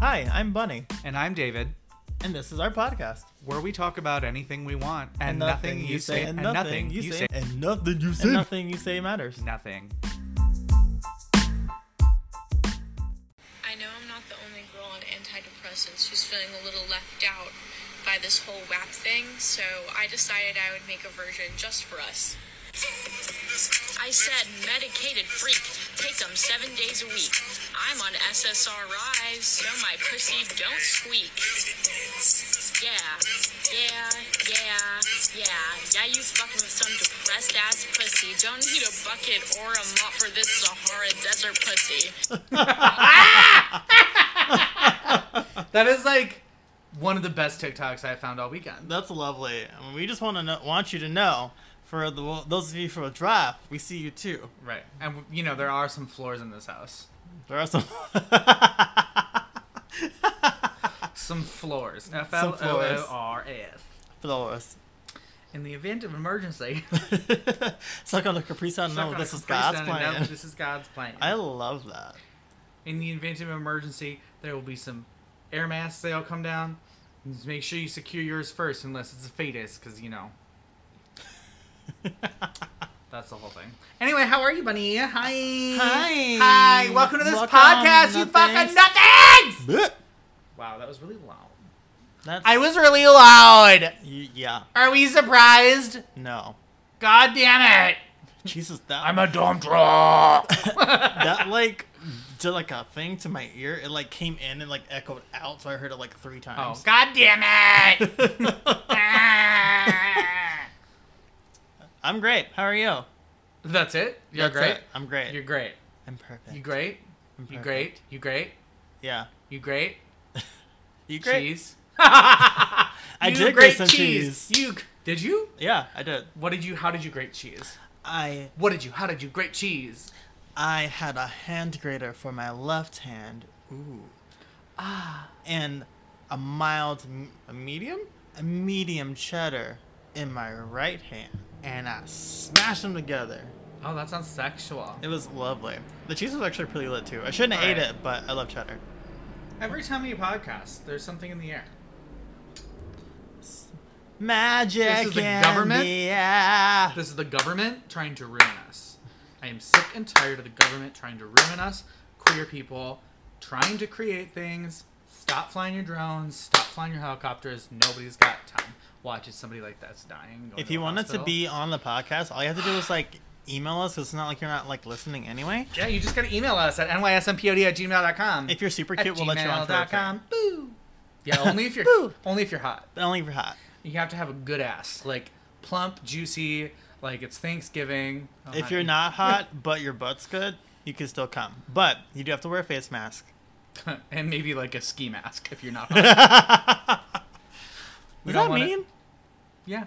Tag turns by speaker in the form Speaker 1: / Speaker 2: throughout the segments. Speaker 1: Hi, I'm Bunny,
Speaker 2: And I'm David,
Speaker 1: and this is our podcast.
Speaker 2: where we talk about anything we want and, nothing, you say,
Speaker 1: and nothing you say, and nothing you say, and nothing you say matters.
Speaker 2: nothing.
Speaker 3: I know I'm not the only girl on antidepressants who's feeling a little left out by this whole WAP thing, so I decided I would make a version just for us. I said, medicated freak, take them seven days a week. I'm on SSRIs, so my pussy don't squeak. Yeah, yeah, yeah, yeah. Yeah, you fucking with some depressed ass pussy. Don't need a bucket or a mop for this Sahara Desert pussy.
Speaker 2: That is like one of the best TikToks I found all weekend.
Speaker 1: That's lovely. I mean, we just want to know, want you to know, for the, those of you from a drive, we see you too.
Speaker 2: Right. And, you know, there are some floors in this house.
Speaker 1: There are some.
Speaker 2: Some floors. F
Speaker 1: Some
Speaker 2: L
Speaker 1: floors.
Speaker 2: O O R S.
Speaker 1: Flowers.
Speaker 2: In the event of emergency,
Speaker 1: Suck on a Capri Sun.
Speaker 2: suck
Speaker 1: No,
Speaker 2: on a
Speaker 1: this is
Speaker 2: Capri
Speaker 1: God's
Speaker 2: Sun and know
Speaker 1: plan.
Speaker 2: This is God's plan.
Speaker 1: I love that.
Speaker 2: in the event of emergency, there will be some air masks that'll come down. Just make sure you secure yours first, unless it's a fetus, because you know. That's the whole thing. Anyway, how are you, Bunny? Hi.
Speaker 1: Hi.
Speaker 2: Hi. Welcome to this
Speaker 1: Welcome,
Speaker 2: podcast, you fucking
Speaker 1: nothings.
Speaker 2: nothings!
Speaker 1: Blech.
Speaker 2: Wow, that was really loud.
Speaker 1: That's,
Speaker 2: I was really loud.
Speaker 1: Y- yeah.
Speaker 2: Are we surprised?
Speaker 1: No.
Speaker 2: God damn it!
Speaker 1: Jesus, that.
Speaker 2: I'm a dumb drunk.
Speaker 1: that like did like a thing to my ear. It like came in and like echoed out, so I heard it like three
Speaker 2: oh,
Speaker 1: times.
Speaker 2: God damn it!
Speaker 1: I'm great. How are you?
Speaker 2: That's it. You're
Speaker 1: That's
Speaker 2: great.
Speaker 1: it. I'm great.
Speaker 2: You're great.
Speaker 1: I'm perfect.
Speaker 2: You great. You
Speaker 1: perfect.
Speaker 2: great. You great.
Speaker 1: yeah.
Speaker 2: You great.
Speaker 1: You great.
Speaker 2: Cheese.
Speaker 1: I
Speaker 2: You
Speaker 1: did
Speaker 2: grate
Speaker 1: great some cheese.
Speaker 2: You g- did you?
Speaker 1: Yeah, I did.
Speaker 2: What did you? How did you grate cheese?
Speaker 1: I
Speaker 2: What did you? How did you grate cheese?
Speaker 1: I had a hand grater for my left hand. Ooh. Ah. And a mild, m- a medium, a medium cheddar in my right hand, and I smashed them together.
Speaker 2: Oh, that sounds sexual.
Speaker 1: It was lovely. The cheese was actually pretty lit too. I shouldn't have ate
Speaker 2: Alright.
Speaker 1: it, but I love cheddar.
Speaker 2: Every time you podcast, there's something in the air.
Speaker 1: Magic
Speaker 2: This is the
Speaker 1: in
Speaker 2: government?
Speaker 1: the air.
Speaker 2: This is the government trying to ruin us. I am sick and tired of the government trying to ruin us, queer people, trying to create things. Stop flying your drones. Stop flying your helicopters. Nobody's got time. Watching somebody like that's dying. going
Speaker 1: If
Speaker 2: the
Speaker 1: you wanted to
Speaker 2: hospital.
Speaker 1: be on the podcast, all you have to do is like email us. 'cause It's not like you're not like listening anyway.
Speaker 2: Yeah, you just gotta email us at nysmpod at gmail.com.
Speaker 1: If you're super
Speaker 2: at
Speaker 1: cute, we'll let you on for a
Speaker 2: gmail.com. Boo. Yeah, only if you're
Speaker 1: Boo.
Speaker 2: only if you're hot.
Speaker 1: But only if you're hot.
Speaker 2: You have to have a good ass, like plump, juicy, like it's Thanksgiving. Oh,
Speaker 1: if
Speaker 2: hi.
Speaker 1: you're not hot but your butt's good, you can still come. But you do have to wear a face mask.
Speaker 2: and maybe like a ski mask if you're not
Speaker 1: Does
Speaker 2: hot.
Speaker 1: that
Speaker 2: We don't wanna-
Speaker 1: mean?
Speaker 2: yeah.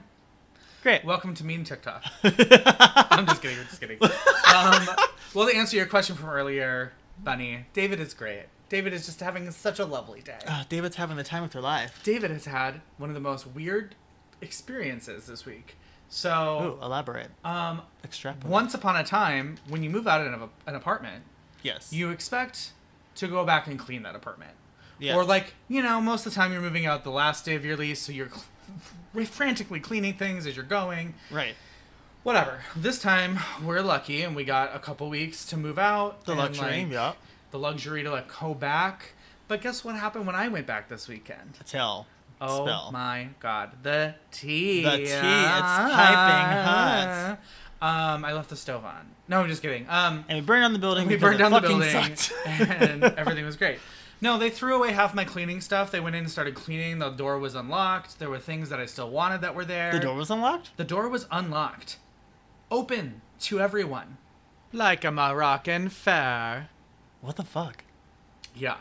Speaker 1: Great.
Speaker 2: Welcome to Mean TikTok. I'm just kidding. I'm just kidding. Um, well, to answer your question from earlier, Bunny, David is great. David is just having such a lovely day.
Speaker 1: Ah, David's having the time of their life.
Speaker 2: David has had one of the most weird experiences this week.
Speaker 1: Ooh,
Speaker 2: So,
Speaker 1: elaborate.
Speaker 2: um,
Speaker 1: Extrapolate.
Speaker 2: once upon a time, when you move out of an apartment,
Speaker 1: Yes.
Speaker 2: you expect to go back and clean that apartment.
Speaker 1: Yes.
Speaker 2: Or, like, you know, most of the time you're moving out the last day of your lease, so you're cl- frantically cleaning things as you're going.
Speaker 1: right.
Speaker 2: Whatever. This time, we're lucky and we got a couple weeks to move out.
Speaker 1: The
Speaker 2: and,
Speaker 1: luxury.
Speaker 2: like,
Speaker 1: yeah.
Speaker 2: The luxury to, like, go back. But guess what happened when I went back this weekend?
Speaker 1: Tell.
Speaker 2: Oh
Speaker 1: Spell.
Speaker 2: my god. The tea.
Speaker 1: The tea, it's piping hot.
Speaker 2: Um, I left the stove on. No, I'm just kidding. Um,
Speaker 1: And we burned down the building.
Speaker 2: we
Speaker 1: because it
Speaker 2: burned down the
Speaker 1: fucking
Speaker 2: building
Speaker 1: Sucked.
Speaker 2: and everything was great. No, they threw away half my cleaning stuff. They went in and started cleaning. The door was unlocked. There were things that I still wanted that were there.
Speaker 1: the door was unlocked.
Speaker 2: The door was unlocked. Open to everyone. Like a Moroccan fair.
Speaker 1: What the fuck?
Speaker 2: Yeah.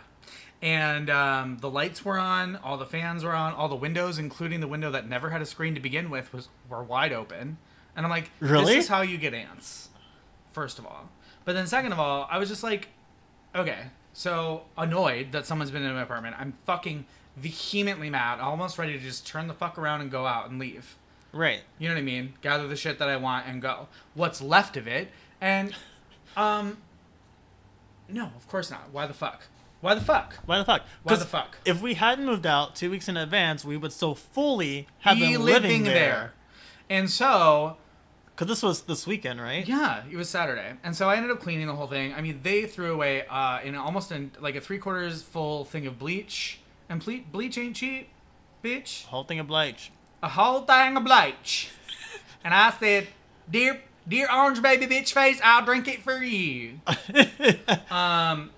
Speaker 2: And um, the lights were on, all the fans were on, all the windows, including the window that never had a screen to begin with, was were wide open. And I'm like,
Speaker 1: Really?
Speaker 2: this is how you get ants. First of all. But then second of all, I was just like, okay, so annoyed that someone's been in my apartment. I'm fucking vehemently mad, almost ready to just turn the fuck around and go out and leave.
Speaker 1: Right.
Speaker 2: You know what I mean? Gather the shit that I want and go. What's left of it? And, um, no, of course not. Why the fuck? Why the fuck?
Speaker 1: Why the fuck?
Speaker 2: Why the
Speaker 1: 'Cause
Speaker 2: fuck?
Speaker 1: If we hadn't moved out two weeks in advance, we would still fully have
Speaker 2: Be
Speaker 1: been living there.
Speaker 2: And so,
Speaker 1: Because this was this weekend, right?
Speaker 2: yeah, it was Saturday. And so I ended up cleaning the whole thing. I mean, they threw away uh, in almost in, like a three quarters full thing of bleach. And ble- bleach ain't cheap, bitch.
Speaker 1: Whole thing of bleach.
Speaker 2: a whole thing of bleach. And I said, Dear dear orange baby bitch face, I'll drink it for you. um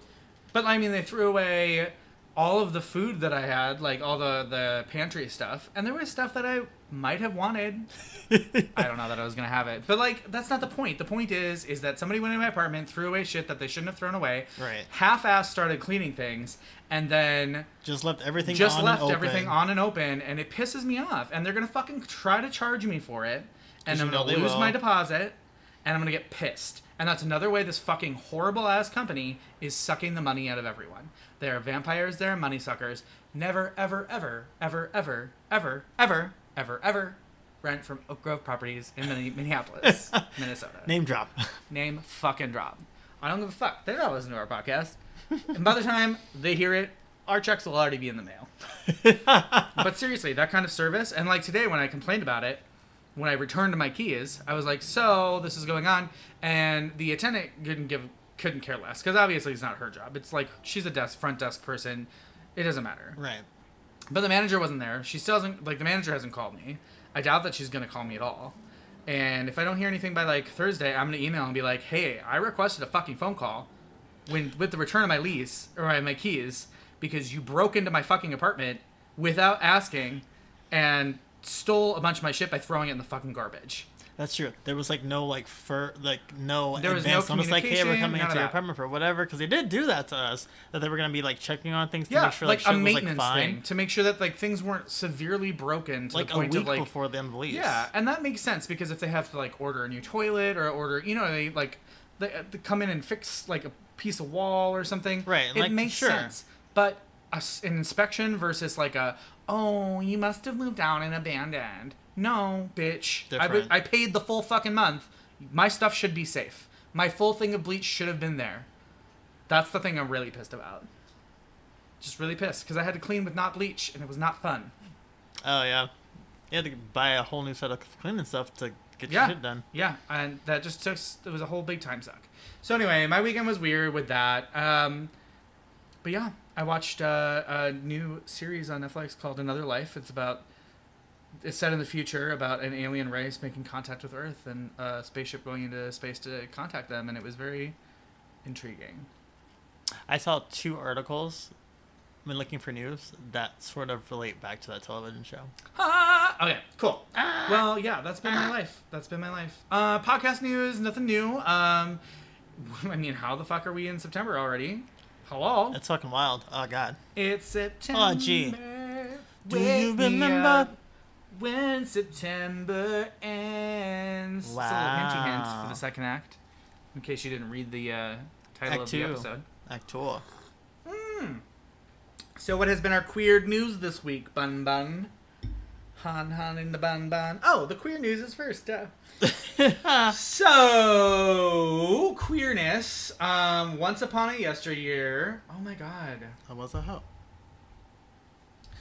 Speaker 2: but I mean they threw away all of the food that I had, like all the, the pantry stuff, and there was stuff that I might have wanted. I don't know that I was gonna have it. But like that's not the point. The point is is that somebody went in my apartment, threw away shit that they shouldn't have thrown away,
Speaker 1: Right.
Speaker 2: half ass started cleaning things, and then
Speaker 1: Just left everything
Speaker 2: just
Speaker 1: on and
Speaker 2: left
Speaker 1: open.
Speaker 2: everything on and open, and it pisses me off. And they're gonna fucking try to charge me for it, and
Speaker 1: 'Cause
Speaker 2: I'm
Speaker 1: you
Speaker 2: gonna
Speaker 1: know they
Speaker 2: lose
Speaker 1: will.
Speaker 2: my deposit, and I'm gonna get pissed. And that's another way this fucking horrible ass company is sucking the money out of everyone. They are vampires. They are money suckers. Never, ever, ever, ever, ever, ever, ever, ever, ever rent from Oak Grove Properties in Minne- Minneapolis, Minnesota.
Speaker 1: Name drop.
Speaker 2: Name fucking drop. I don't give a fuck. They're not listening to our podcast. and by the time they hear it, our checks will already be in the mail. but seriously, that kind of service. And like today, when I complained about it, when I returned my keys, I was like, "So this is going on," and the attendant couldn't give, couldn't care less because obviously it's not her job. It's like she's a desk front desk person. It doesn't matter.
Speaker 1: right.
Speaker 2: But the manager wasn't there. She still hasn't like the manager hasn't called me. I doubt that she's gonna call me at all. And if I don't hear anything by like Thursday, I'm gonna email and be like, "Hey, I requested a fucking phone call when with the return of my lease or my, my keys because you broke into my fucking apartment without asking and stole a bunch of my shit by throwing it in the fucking garbage."
Speaker 1: That's true. There was like no like fur like no
Speaker 2: There was no
Speaker 1: advance notice like hey we're
Speaker 2: communication,
Speaker 1: coming
Speaker 2: none
Speaker 1: into
Speaker 2: of
Speaker 1: your
Speaker 2: that.
Speaker 1: apartment for whatever because they did do that to us that they were gonna be like checking on things to
Speaker 2: Yeah,
Speaker 1: make sure like,
Speaker 2: like,
Speaker 1: shit
Speaker 2: a
Speaker 1: was
Speaker 2: maintenance
Speaker 1: like fine
Speaker 2: thing to make sure that like things weren't severely broken to
Speaker 1: like
Speaker 2: the
Speaker 1: a
Speaker 2: point
Speaker 1: week
Speaker 2: of like
Speaker 1: before the end of the lease.
Speaker 2: Yeah, and that makes sense because if they have to like order a new toilet or order, you know, they like they, uh, they come in and fix like a piece of wall or something.
Speaker 1: Right,
Speaker 2: It
Speaker 1: like,
Speaker 2: makes
Speaker 1: sure.
Speaker 2: sense. But a s an inspection versus like a oh you must have moved out and abandoned. No, bitch. I, bu-
Speaker 1: Different.
Speaker 2: I paid the full fucking month. My stuff should be safe. My full thing of bleach should have been there. That's the thing I'm really pissed about. Just really pissed because I had to clean with not bleach and it was not fun.
Speaker 1: Oh yeah. You had to buy a whole new set of cleaning stuff to get
Speaker 2: yeah.
Speaker 1: your shit done.
Speaker 2: Yeah, and that just took it was a whole big time suck. So anyway, my weekend was weird with that. Um, but yeah, I watched uh, a new series on Netflix called Another Life. It's about it's set in the future about an alien race making contact with Earth and a spaceship going into space to contact them, and it was very intriguing.
Speaker 1: I saw two articles when looking for news that sort of relate back to that television show.
Speaker 2: Ah, okay, cool. well, yeah, that's been my life. That's been my life. Uh, podcast news, nothing new. Um, I mean, how the fuck are we in September already? Hello,
Speaker 1: It's fucking wild. Oh god.
Speaker 2: it's September.
Speaker 1: Oh, gee. Do
Speaker 2: Wake
Speaker 1: you
Speaker 2: me
Speaker 1: remember-
Speaker 2: up when September ends? It's a little hinty hint
Speaker 1: Wow.
Speaker 2: for the second act, in case you didn't read the uh, title
Speaker 1: Act
Speaker 2: of
Speaker 1: two.
Speaker 2: the episode.
Speaker 1: Actor.
Speaker 2: So, what has been our queer news this week, Bun Bun? Han Han in the Bun Bun. Oh, the queer news is first. Uh, so, queerness. Um, once upon a yesteryear. Oh my god.
Speaker 1: I was a hoe.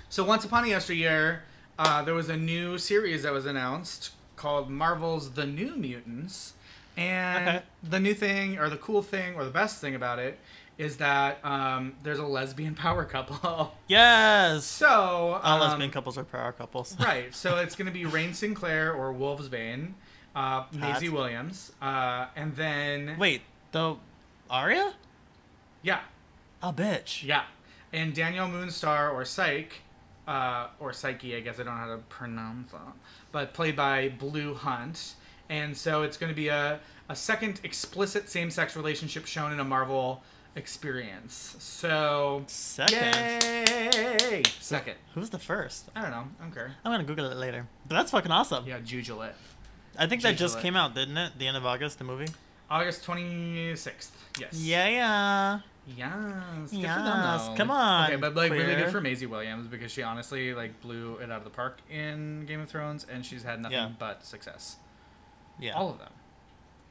Speaker 2: So, once upon a yesteryear, uh, there was a new series that was announced called Marvel's The New Mutants. And
Speaker 1: Okay.
Speaker 2: the new thing, or the cool thing, or the best thing about it, is that um, there's a lesbian power couple.
Speaker 1: Yes.
Speaker 2: So,
Speaker 1: All
Speaker 2: um,
Speaker 1: lesbian couples are power couples.
Speaker 2: right. So it's going to be Rain Sinclair or Wolvesbane, uh, Maisie Williams, uh, and then
Speaker 1: Wait, the Aria?
Speaker 2: yeah,
Speaker 1: Oh bitch.
Speaker 2: yeah, and Daniel Moonstar or Psyche, uh, or Psyche. I guess I don't know how to pronounce that, but played by Blue Hunt. And so it's going to be a a second explicit same-sex relationship shown in a Marvel experience. So
Speaker 1: Second.
Speaker 2: Yay! Second.
Speaker 1: Who's the first?
Speaker 2: I don't know. I don't care.
Speaker 1: I'm gonna Google it later. But that's fucking awesome.
Speaker 2: Yeah, jujule it.
Speaker 1: I think that just
Speaker 2: Google it.
Speaker 1: came out, didn't it? The end of August, the movie.
Speaker 2: August 26th. Yes.
Speaker 1: Yeah, yeah.
Speaker 2: Yes. Good for them,
Speaker 1: Yes,
Speaker 2: though.
Speaker 1: come
Speaker 2: Like-
Speaker 1: on,
Speaker 2: Okay, but like really
Speaker 1: queer.
Speaker 2: good for Maisie Williams because she honestly like blew it out of the park in Game of Thrones, and she's had nothing
Speaker 1: Yeah.
Speaker 2: but success.
Speaker 1: Yeah.
Speaker 2: All of them.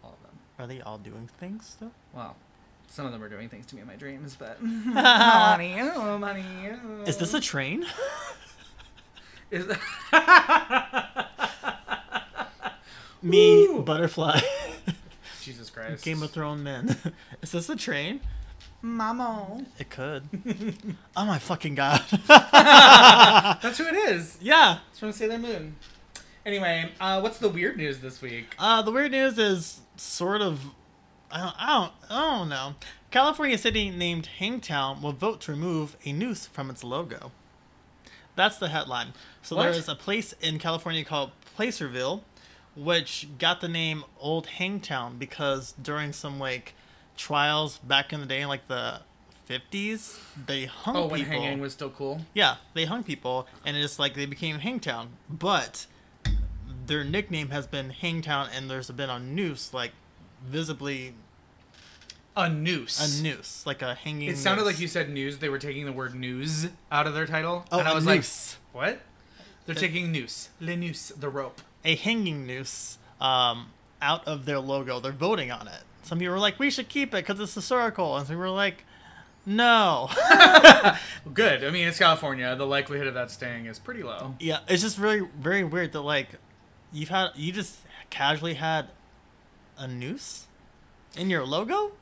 Speaker 2: All of them.
Speaker 1: Are they all doing things though?
Speaker 2: Well, Some of them are doing things to me in my dreams, but money, oh, money. oh.
Speaker 1: Is this a train?
Speaker 2: Is
Speaker 1: Me,
Speaker 2: Ooh.
Speaker 1: butterfly.
Speaker 2: Jesus Christ.
Speaker 1: Game of Thrones men. Is this a train?
Speaker 2: Mamo.
Speaker 1: It could. oh my fucking god.
Speaker 2: That's who it is.
Speaker 1: yeah.
Speaker 2: It's from Sailor Moon. Anyway, uh, what's the weird news this week?
Speaker 1: Uh, the weird news is sort of. I don't, I don't. I don't know. California city named Hangtown will vote to remove a noose from its logo. That's the headline. So there
Speaker 2: What?
Speaker 1: is a place in California called Placerville, which got the name Old Hangtown because during some like trials back in the day, like the fifties, they hung
Speaker 2: Oh, when
Speaker 1: people.
Speaker 2: hanging was still cool.
Speaker 1: Yeah, they hung people, and it's like they became Hangtown. But their nickname has been Hangtown, and there's been a noose, like visibly
Speaker 2: A noose.
Speaker 1: a noose, like a hanging.
Speaker 2: It sounded
Speaker 1: noose.
Speaker 2: like you said news. They were taking the word news out of their title.
Speaker 1: Oh,
Speaker 2: and I was
Speaker 1: a noose,
Speaker 2: like, what? They're taking noose. Le noose, the rope.
Speaker 1: a hanging noose, um, out of their logo. They're voting on it. Some people were like, "We should keep it because it's historical," and some people were like, "No."
Speaker 2: Good. I mean, it's California. The likelihood of that staying is pretty low.
Speaker 1: Yeah, it's just very very weird that like you've had you just casually had a noose in your logo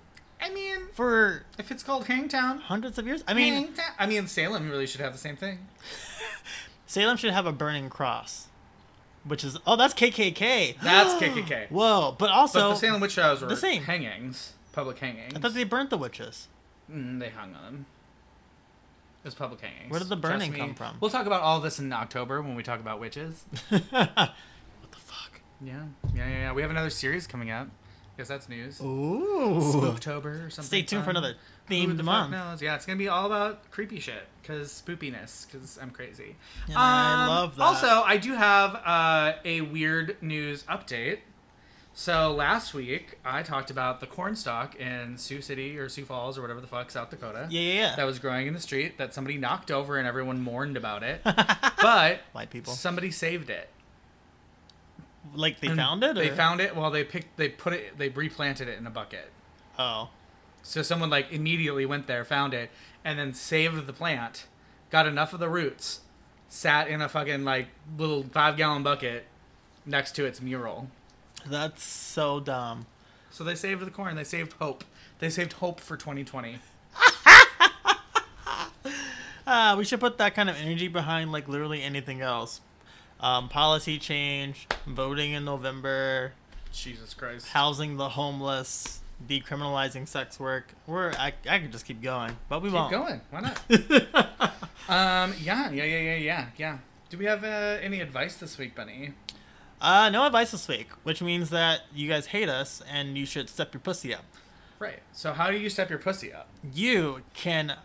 Speaker 2: I mean,
Speaker 1: for
Speaker 2: if it's called Hangtown,
Speaker 1: hundreds of years. I
Speaker 2: I
Speaker 1: mean,
Speaker 2: mean, I mean, Salem really should have the same thing.
Speaker 1: Salem should have a burning cross, which is oh, that's KKK.
Speaker 2: That's KKK.
Speaker 1: Whoa, but
Speaker 2: But
Speaker 1: also
Speaker 2: the Salem witch trials were
Speaker 1: the same.
Speaker 2: hangings, public hangings.
Speaker 1: I thought they burnt the witches.
Speaker 2: Mm, they hung on them. It was public hangings.
Speaker 1: Where did the
Speaker 2: Trust
Speaker 1: burning
Speaker 2: me.
Speaker 1: come from?
Speaker 2: We'll talk about all this in October when we talk about witches.
Speaker 1: what the fuck?
Speaker 2: yeah. yeah, yeah, yeah. We have another series coming up. Guess that's news.
Speaker 1: Ooh.
Speaker 2: Spooktober or something.
Speaker 1: Stay tuned for
Speaker 2: fun.
Speaker 1: another
Speaker 2: Who
Speaker 1: themed
Speaker 2: the
Speaker 1: month.
Speaker 2: Fuck knows? Yeah, it's gonna be all about creepy shit because spoopiness because I'm crazy. Um,
Speaker 1: And I love that.
Speaker 2: Also, I do have uh, a weird news update. So last week I talked about the corn stalk in Sioux City or Sioux Falls or whatever the fuck South Dakota
Speaker 1: Yeah, yeah,
Speaker 2: that
Speaker 1: yeah.
Speaker 2: was growing in the street that somebody knocked over and everyone mourned about it, but
Speaker 1: White people.
Speaker 2: somebody saved it.
Speaker 1: Like they
Speaker 2: And
Speaker 1: found it.
Speaker 2: Mm, They
Speaker 1: or-
Speaker 2: found it. Well, they picked. They put it. They replanted it in a bucket.
Speaker 1: Oh.
Speaker 2: So someone like immediately went there, found it, and then saved the plant, got enough of the roots, sat in a fucking like little five gallon bucket next to its mural.
Speaker 1: That's so dumb.
Speaker 2: So they saved the corn. They saved hope. They saved hope for 2020.
Speaker 1: Ah, we should put that kind of energy behind like literally anything else. Um, policy change, voting in November,
Speaker 2: Jesus Christ.
Speaker 1: housing the homeless, decriminalizing sex work. We're I, I could just keep going, but we
Speaker 2: Keep
Speaker 1: won't.
Speaker 2: going. Why not? um. Yeah. Yeah. Yeah. Yeah. Yeah. Yeah. Do we have uh, any advice this week, Bunny?
Speaker 1: Uh, no advice this week, which means that you guys hate us and you should step your pussy up.
Speaker 2: Right. So how do you step your pussy up?
Speaker 1: You can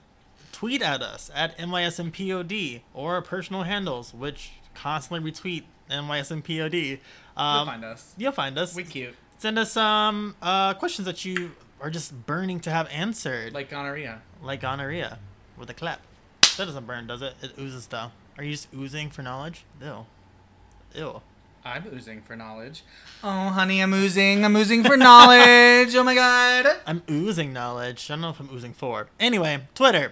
Speaker 1: tweet at us at NYSMPOD or our personal handles, which constantly retweet NYSMPOD.
Speaker 2: You'll
Speaker 1: Um,
Speaker 2: find us.
Speaker 1: You'll find us.
Speaker 2: We cute.
Speaker 1: Send us some uh, questions that you are just burning to have answered,
Speaker 2: Like gonorrhea.
Speaker 1: like gonorrhea with a clap. That doesn't burn, does it? It oozes though. Are you just oozing for knowledge? Ew. Ew.
Speaker 2: I'm oozing for knowledge. Oh, honey, I'm oozing. I'm oozing for knowledge. Oh my god.
Speaker 1: I'm oozing knowledge. I don't know if I'm oozing for. Anyway, Twitter,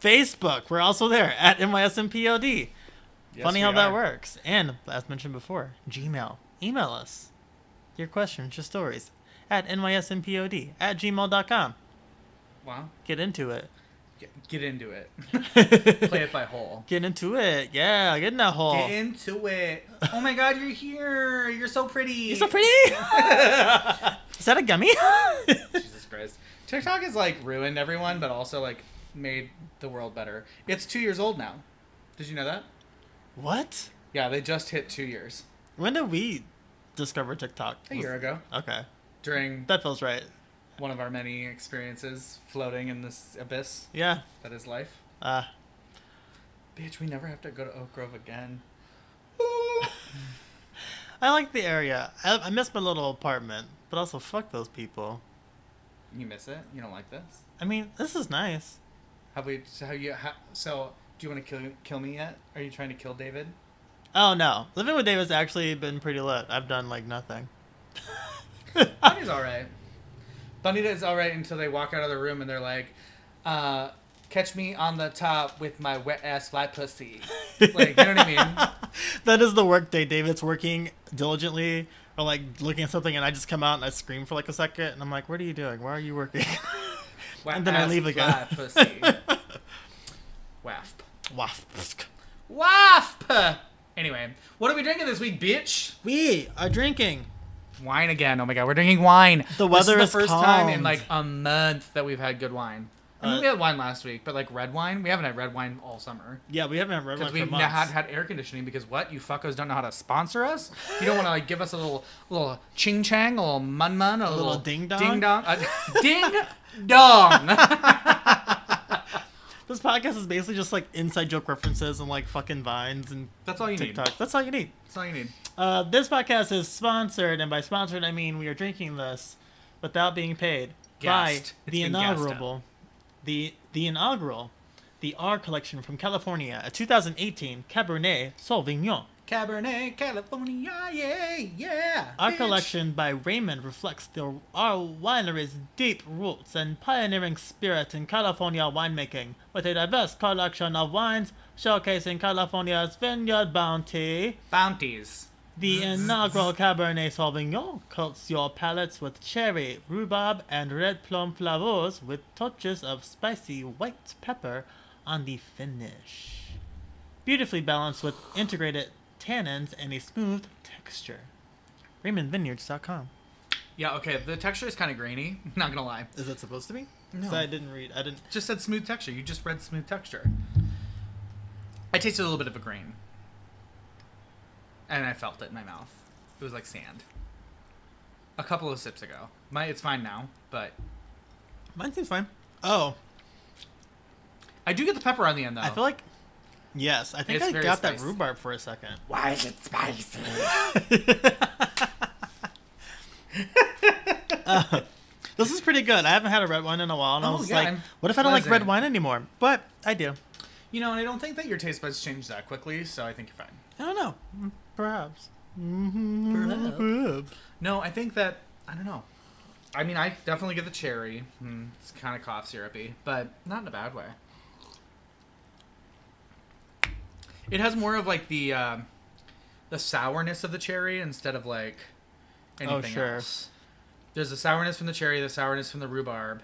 Speaker 1: Facebook. We're also there at NYSMPOD. Funny how that works. And as mentioned before, Gmail. Email us your questions, your stories at NYSMPOD at gmail.com.
Speaker 2: Wow.
Speaker 1: Get into it.
Speaker 2: Get, get into it. Play
Speaker 1: get
Speaker 2: it by whole.
Speaker 1: into it. Yeah, get in that hole.
Speaker 2: Get into it. Oh my god, you're here. You're so pretty.
Speaker 1: You're so pretty. Is that a gummy?
Speaker 2: Jesus Christ. TikTok has like ruined everyone, but also like made the world better. It's two years old now. Did you know that?
Speaker 1: what?
Speaker 2: Yeah, they just hit two years
Speaker 1: When did we discover TikTok?
Speaker 2: a year ago
Speaker 1: Okay,
Speaker 2: during
Speaker 1: that feels right.
Speaker 2: one of our many experiences floating in this abyss
Speaker 1: Yeah.
Speaker 2: that is life.
Speaker 1: Uh,
Speaker 2: Bitch, we never have to go to Oak Grove again.
Speaker 1: I like the area. I, I miss my little apartment, but also fuck those people.
Speaker 2: You miss it? You don't like this?
Speaker 1: I mean, this is nice.
Speaker 2: Have we? Have you? Ha, so, do you want to kill kill me yet? Are you trying to kill David?
Speaker 1: Oh no, living with David's actually been pretty lit. I've done like nothing.
Speaker 2: Bunny's all right. Bonita is all right until they walk out of the room and they're like, uh, "Catch me on the top with my wet ass fly pussy." Like, you know what I mean?
Speaker 1: that is the work day. David's working diligently or like looking at something, and I just come out and I scream for like a second, and I'm like, "What are you doing? Why are you working?"
Speaker 2: Wet
Speaker 1: And then I
Speaker 2: ass
Speaker 1: leave again.
Speaker 2: fly pussy. Wasp.
Speaker 1: Waff.
Speaker 2: Wasp. Anyway, what are we drinking this week, bitch?
Speaker 1: We are drinking.
Speaker 2: Wine again. Oh my god, we're drinking wine.
Speaker 1: The
Speaker 2: this
Speaker 1: weather
Speaker 2: is
Speaker 1: is
Speaker 2: the first time in
Speaker 1: calmed.
Speaker 2: like a month that we've had good wine. I mean,
Speaker 1: Uh,
Speaker 2: we had wine last week, but like red wine, we haven't had red wine all summer.
Speaker 1: Yeah, we haven't had red wine
Speaker 2: Because
Speaker 1: for
Speaker 2: we've
Speaker 1: months.
Speaker 2: not had, had air conditioning. Because what you fuckos don't know how to sponsor us. You don't want to like give us a little little ching chang, a little mun mun, a,
Speaker 1: little ding dong?
Speaker 2: ding dong, a ding dong.
Speaker 1: this podcast is basically just like inside joke references and like fucking vines and
Speaker 2: That's all you need.
Speaker 1: TikToks. That's all you need.
Speaker 2: That's all you need.
Speaker 1: Uh, this podcast is sponsored, and by sponsored I mean we are drinking this without being paid
Speaker 2: Gassed.
Speaker 1: by
Speaker 2: It's
Speaker 1: the
Speaker 2: been gassed up.
Speaker 1: inaugural, the the inaugural, the R collection from California, a 2018 Cabernet Sauvignon.
Speaker 2: Cabernet California, yeah, yeah.
Speaker 1: Our
Speaker 2: bitch.
Speaker 1: collection by Raymond reflects the, our winery's deep roots and pioneering spirit in California winemaking, with a diverse collection of wines showcasing California's vineyard bounty.
Speaker 2: bounties.
Speaker 1: The inaugural Cabernet Sauvignon coats your palates with cherry, rhubarb, and red plum flavors with touches of spicy white pepper on the finish. Beautifully balanced with integrated tannins and a smooth texture. RaymondVineyards.com.
Speaker 2: Yeah, okay. The texture is kind of grainy. Not gonna lie.
Speaker 1: Is that supposed to be?
Speaker 2: No.
Speaker 1: So I didn't read. I didn't.
Speaker 2: Just said smooth texture. You just read smooth texture. I tasted a little bit of a grain, and I felt it in my mouth. It was like sand. A couple of sips ago, my it's fine now, but
Speaker 1: Mine seems fine. Oh,
Speaker 2: I do get the pepper on the end though.
Speaker 1: I feel like. Yes, I think
Speaker 2: Oh. It's
Speaker 1: I
Speaker 2: very
Speaker 1: got that
Speaker 2: spicy.
Speaker 1: rhubarb for a second.
Speaker 2: why is it spicy?
Speaker 1: Uh, this is pretty good. I haven't had a red wine in a while, and I
Speaker 2: Oh,
Speaker 1: was
Speaker 2: yeah,
Speaker 1: like,
Speaker 2: I'm
Speaker 1: "What if I don't like red
Speaker 2: pleasant.
Speaker 1: wine anymore?" But I do.
Speaker 2: you know, and I don't think that your taste buds change that quickly, so I think you're fine.
Speaker 1: I don't know. Mm, Perhaps. Mhm, Perhaps.
Speaker 2: No, I think that I don't know. I mean, I definitely get the cherry. Mm, it's kind of cough syrupy, but not in a bad way. It has more of like the um the sourness of the cherry instead of like
Speaker 1: Oh,
Speaker 2: anything
Speaker 1: sure.
Speaker 2: else. There's the sourness from the cherry, the sourness from the rhubarb,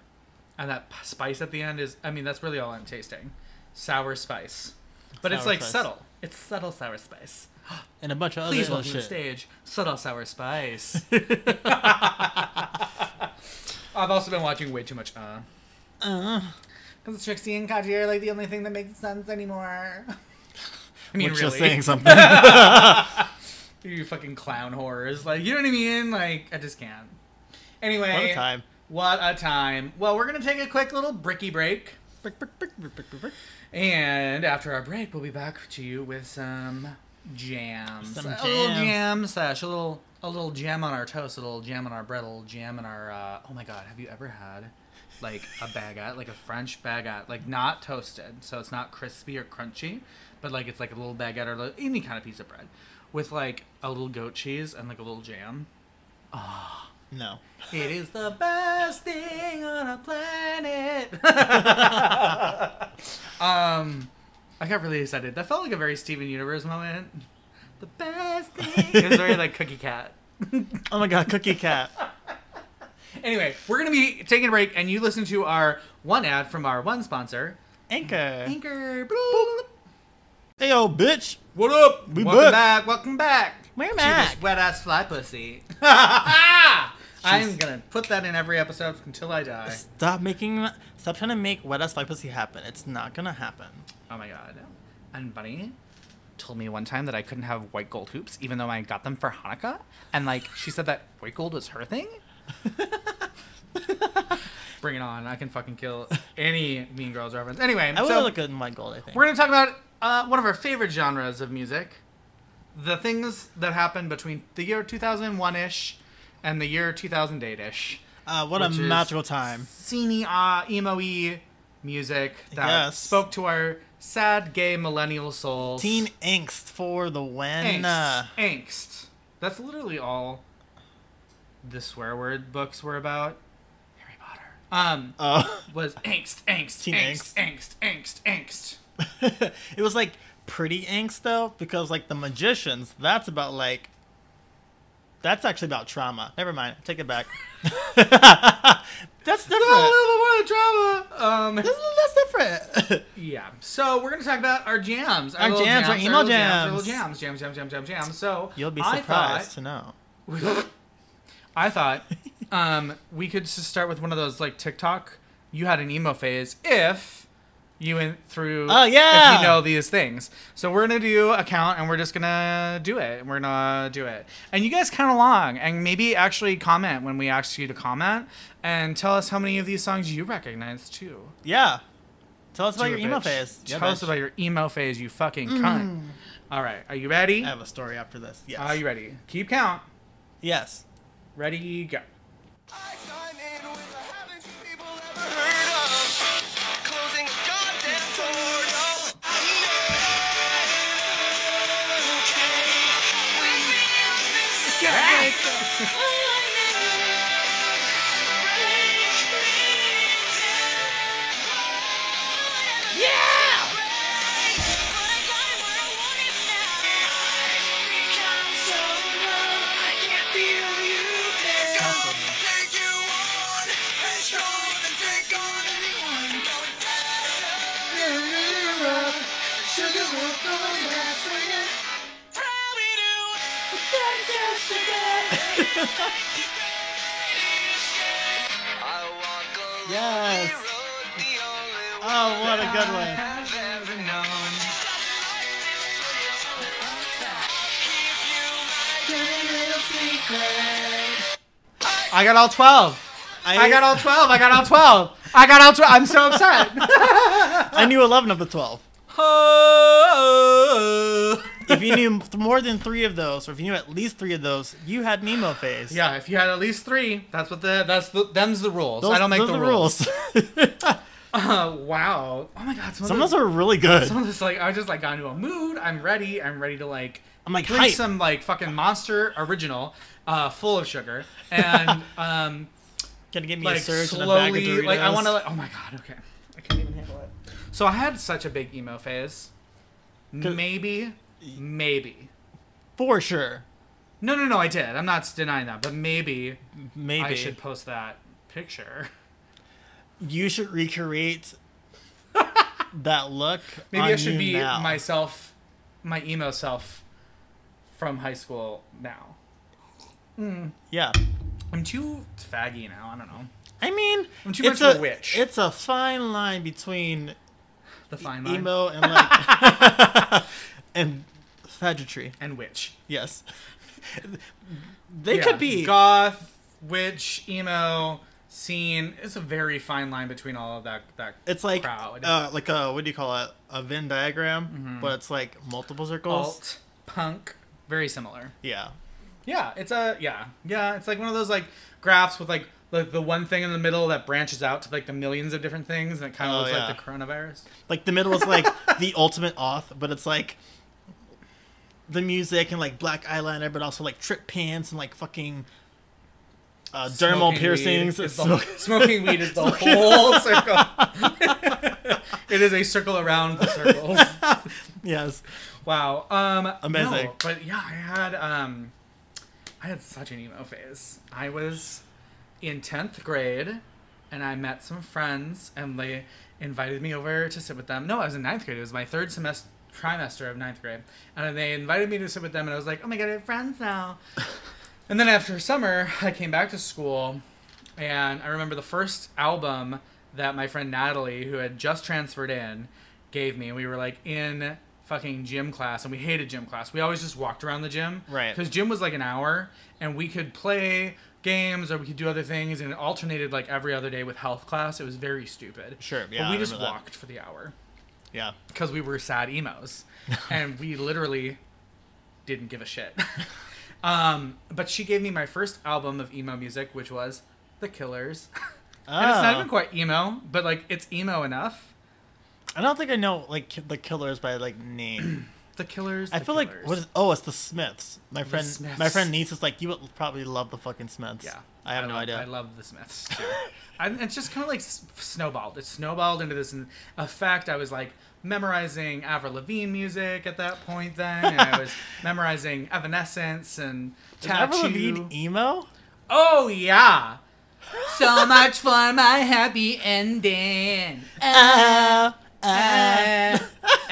Speaker 2: and that p- spice at the end is. I mean, that's really all I'm tasting. Sour spice, but it's
Speaker 1: Sour
Speaker 2: like
Speaker 1: spice.
Speaker 2: subtle. It's subtle sour spice.
Speaker 1: And a bunch of
Speaker 2: Please
Speaker 1: other
Speaker 2: welcome to the
Speaker 1: little Oh, shit.
Speaker 2: stage, Subtle Sour Spice. I've also been watching way too much Uh.
Speaker 1: Uh,
Speaker 2: Because Trixie and Kaji are like the only thing that makes sense anymore. I mean,
Speaker 1: which is
Speaker 2: really,
Speaker 1: saying something. I
Speaker 2: you fucking clown horrors. Like, you know what I mean? Like, I just can't. Anyway,
Speaker 1: What a time.
Speaker 2: What a time. Well, we're gonna take a quick little bricky break, and after our break, we'll be back to you with some jams,
Speaker 1: Some
Speaker 2: a little
Speaker 1: jams.
Speaker 2: jam sesh, a little a little jam on our toast, a little jam on our bread, a little jam on our. Uh, oh my god, have you ever had like a baguette, like a French baguette, like not toasted, so it's not crispy or crunchy, but like it's like a little baguette or li- any kind of piece of bread with like a little goat cheese and like a little jam.
Speaker 1: no.
Speaker 2: It is the best thing on a planet. um, I got really excited. That felt like a very Steven Universe moment. The best thing. it was very like Cookie Cat.
Speaker 1: Oh my god, Cookie Cat.
Speaker 2: Anyway, we're gonna be taking a break, and you listen to our one ad from our one sponsor,
Speaker 1: Anchor.
Speaker 2: Anchor.
Speaker 1: Hey, yo, bitch.
Speaker 2: What up?
Speaker 1: We
Speaker 2: welcome
Speaker 1: back.
Speaker 2: back. Welcome back.
Speaker 1: We're
Speaker 2: to
Speaker 1: back.
Speaker 2: This wet ass fly pussy. Ah! I'm gonna put that in every episode until I die.
Speaker 1: Stop making. Stop trying to make wet ass white pussy happen. It's not gonna happen.
Speaker 2: Oh my god. And Bunny told me one time that I couldn't have white gold hoops, even though I got them for Hanukkah. And like she said that white gold was her thing. Bring it on! I can fucking kill any Mean Girls reference. Anyway,
Speaker 1: I would
Speaker 2: so
Speaker 1: look good in white gold. I think.
Speaker 2: we're gonna talk about uh, one of our favorite genres of music, the things that happened between the year 2001 ish and the year 2008 ish.
Speaker 1: Uh, what a
Speaker 2: which is
Speaker 1: magical time.
Speaker 2: Sini ah emo e music that
Speaker 1: Yes.
Speaker 2: spoke to our sad gay millennial souls.
Speaker 1: Teen angst for the win.
Speaker 2: angst.
Speaker 1: Uh,
Speaker 2: angst. That's literally all the swear word books were about. Harry Um,
Speaker 1: Uh,
Speaker 2: was angst, angst,
Speaker 1: Teen
Speaker 2: angst, angst, angst, angst.
Speaker 1: it was like pretty angst though, because like the magicians, that's about like that's actually about trauma. Never mind, take it back. that's different.
Speaker 2: Oh, a little more drama. Um,
Speaker 1: That's, that's different.
Speaker 2: yeah. So we're gonna talk about our jams,
Speaker 1: Our
Speaker 2: little
Speaker 1: jams, our email
Speaker 2: little our little
Speaker 1: jams.
Speaker 2: jams, jams, jams, jams, jams, jams. So
Speaker 1: You'll be
Speaker 2: I
Speaker 1: surprised
Speaker 2: thought-
Speaker 1: to know.
Speaker 2: I thought um, we could s start with one of those like TikTok. You had an emo phase if you went through.
Speaker 1: Oh, yeah.
Speaker 2: If you know these things, so we're gonna do a count and we're just gonna do it. We're gonna do it, and you guys count along and maybe actually comment when we ask you to comment and tell us how many of these songs you recognize too.
Speaker 1: Yeah. Tell us about
Speaker 2: Do
Speaker 1: your
Speaker 2: it,
Speaker 1: email
Speaker 2: bitch.
Speaker 1: phase. Mm. Yeah,
Speaker 2: Tell us
Speaker 1: bitch.
Speaker 2: about your emo phase, you fucking cunt. All right, are you ready?
Speaker 1: I have a story after this. Yes.
Speaker 2: Are you ready? Keep count.
Speaker 1: yes.
Speaker 2: Ready, go.
Speaker 4: I sign in with the haven't you people ever heard of? Closing a goddamn door, no.
Speaker 1: Yes.
Speaker 4: Road,
Speaker 1: Oh, what a good one.
Speaker 2: I got all twelve. I got all twelve. I got all twelve. I got all twelve. I'm so upset.
Speaker 1: I knew 11 of the 12.
Speaker 2: Oh.
Speaker 1: If you knew more than three of those, or if you knew at least three of those, you had an emo phase.
Speaker 2: Yeah, if you had at least three, that's what the that's the them's the rules.
Speaker 1: Those,
Speaker 2: I don't make
Speaker 1: those
Speaker 2: the
Speaker 1: are
Speaker 2: rules.
Speaker 1: rules.
Speaker 2: Uh, wow. Oh my god. Some,
Speaker 1: Some
Speaker 2: of
Speaker 1: of
Speaker 2: those
Speaker 1: those are really good.
Speaker 2: some of this like I just like got into a mood. I'm ready. I'm ready to like
Speaker 1: I'm, like,
Speaker 2: drink
Speaker 1: hype.
Speaker 2: some like fucking monster original, uh, full of sugar and um
Speaker 1: Gonna get me a
Speaker 2: like
Speaker 1: surge and a bag of
Speaker 2: slowly
Speaker 1: Doritos.
Speaker 2: like I want to like oh my god okay I can't even handle it. So I had such a big emo phase. Maybe, maybe.
Speaker 1: for sure.
Speaker 2: No, no, no. I did. I'm not denying that, but maybe,
Speaker 1: Maybe
Speaker 2: I should post that picture.
Speaker 1: you should recreate that look.
Speaker 2: Maybe
Speaker 1: on
Speaker 2: I should
Speaker 1: you
Speaker 2: be
Speaker 1: now.
Speaker 2: myself, my emo self, from high school now.
Speaker 1: Yeah,
Speaker 2: I'm too faggy now. I don't know.
Speaker 1: I mean,
Speaker 2: I'm too
Speaker 1: it's
Speaker 2: much of
Speaker 1: a
Speaker 2: a witch.
Speaker 1: It's a fine line between
Speaker 2: The fine line
Speaker 1: emo and like and faggotry.
Speaker 2: and witch.
Speaker 1: Yes, they
Speaker 2: Yeah.
Speaker 1: could be.
Speaker 2: goth, witch, emo, scene. It's a very fine line between all of that. That
Speaker 1: It's like
Speaker 2: crowd. Mm-hmm.
Speaker 1: uh, like a what do you call it? A Venn diagram, but it's like multiple circles.
Speaker 2: alt punk, very similar.
Speaker 1: Yeah,
Speaker 2: Yeah, it's a yeah, yeah. It's like one of those like graphs with like the, the one thing in the middle that branches out to like the millions of different things, and it kind of
Speaker 1: Oh,
Speaker 2: looks
Speaker 1: yeah.
Speaker 2: like the coronavirus.
Speaker 1: Like the middle is like the ultimate auth, but it's like the music and like black eyeliner, but also like trip pants and like fucking uh, dermal
Speaker 2: Smoking weed
Speaker 1: piercings.
Speaker 2: is
Speaker 1: It's
Speaker 2: the-
Speaker 1: so-
Speaker 2: smoking weed is the whole circle. it is a circle around the circles.
Speaker 1: yes,
Speaker 2: Wow. Um,
Speaker 1: Amazing.
Speaker 2: no, but yeah, I had um, I had such an emo phase. I was in tenth grade, and I met some friends, and they invited me over to sit with them. No, I was in ninth grade. It was my third semester trimester of ninth grade, and they invited me to sit with them, and I was like, oh my god, I have friends now. and then after summer, I came back to school, and I remember the first album that my friend Natalie, who had just transferred in, gave me. We were like in fucking gym class, and we hated gym class. We always just walked around the gym,
Speaker 1: Right.
Speaker 2: Because gym was like an hour, and we could play games or we could do other things, and it alternated like every other day with health class. It was very stupid.
Speaker 1: Sure, yeah,
Speaker 2: But we
Speaker 1: I
Speaker 2: just
Speaker 1: remember that.
Speaker 2: walked for the hour
Speaker 1: yeah.
Speaker 2: because we were sad emos, and we literally didn't give a shit. um, but she gave me my first album of emo music, which was The Killers. And it's not
Speaker 1: Ah.
Speaker 2: even quite emo, but like it's emo enough.
Speaker 1: I don't think I know like ki- the Killers by like name.
Speaker 2: The Killers.
Speaker 1: I
Speaker 2: The
Speaker 1: feel like
Speaker 2: Killers.
Speaker 1: what is? Oh, it's the Smiths. My friend,
Speaker 2: Smiths.
Speaker 1: my friend niece is like you would probably love the fucking Smiths.
Speaker 2: Yeah.
Speaker 1: I have no
Speaker 2: love-
Speaker 1: idea.
Speaker 2: I love the Smiths. Too. and it's just kind of like s- snowballed. It snowballed into this. And a fact, I was like memorizing Avril Lavigne music at that point. Then and I was memorizing Evanescence and
Speaker 1: Is Avril
Speaker 2: Tattoo.
Speaker 1: Lavigne emo?
Speaker 2: Oh yeah. So much for my happy ending. Ah, ah,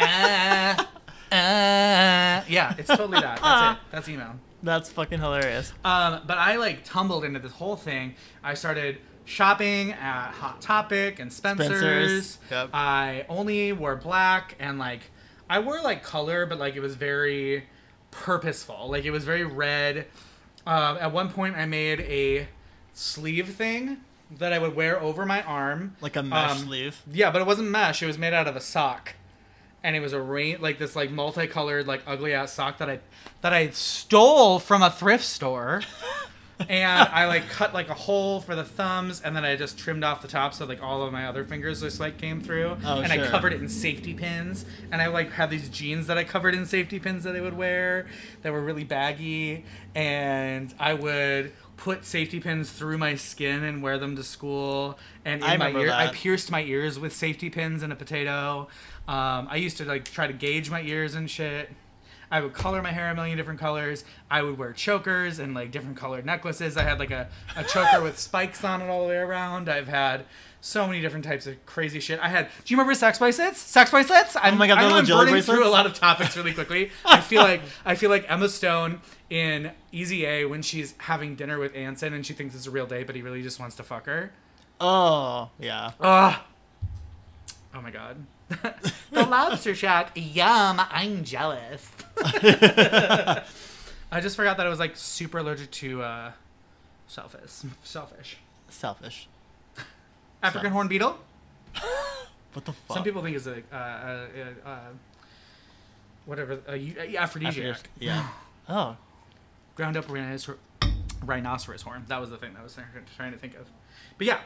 Speaker 2: ah. Yeah, it's totally that. That's it. That's email.
Speaker 1: That's fucking hilarious.
Speaker 2: Um, but I like tumbled into this whole thing. I started shopping at Hot Topic and Spencer's.
Speaker 1: Spencer's, yep.
Speaker 2: I only wore black and like I wore like color, but like it was very purposeful. Like it was very red. Um, at one point, I made a sleeve thing that I would wear over my arm,
Speaker 1: Like a mesh
Speaker 2: Um,
Speaker 1: sleeve.
Speaker 2: yeah, but it wasn't mesh. It was made out of a sock, and it was a rain like this like multicolored like ugly ass sock that I that I stole from a thrift store. and I like cut like a hole for the thumbs, and then I just trimmed off the top so like all of my other fingers just like came through,
Speaker 1: Oh,
Speaker 2: and
Speaker 1: sure.
Speaker 2: I covered it in safety pins, and I like had these jeans that I covered in safety pins that I would wear that were really baggy, and I would put safety pins through my skin and wear them to school, and in
Speaker 1: I
Speaker 2: my
Speaker 1: remember
Speaker 2: ear I
Speaker 1: that.
Speaker 2: pierced my ears with safety pins and a potato. Um, I used to like try to gauge my ears and shit. I would color my hair a million different colors. I would wear chokers and like different colored necklaces. I had like a, a choker with spikes on it all the way around. I've had so many different types of crazy shit. I had. Do you remember sax bracelets? Sax bracelets? I'm,
Speaker 1: Oh my God, the
Speaker 2: I know
Speaker 1: little
Speaker 2: I'm
Speaker 1: jelly
Speaker 2: burning through a
Speaker 1: bracelets?
Speaker 2: lot of topics really quickly. I feel like I feel like Emma Stone in Easy A when she's having dinner with Anson and she thinks it's a real date, but he really just wants to fuck her.
Speaker 1: Oh, yeah.
Speaker 2: Ugh. Oh my god. Ah. the lobster shack. Yum. I'm jealous. I just forgot that I was like super allergic to uh, shellfish. Shellfish.
Speaker 1: Selfish.
Speaker 2: African
Speaker 1: Shell-
Speaker 2: horn beetle.
Speaker 1: What the fuck?
Speaker 2: Some people think it's a uh, uh, uh, uh, whatever uh, aphrodisiac.
Speaker 1: After- Yeah. Oh,
Speaker 2: ground up rhinoceros, rhinoceros horn. That was the thing that I was trying- trying to think of. But yeah,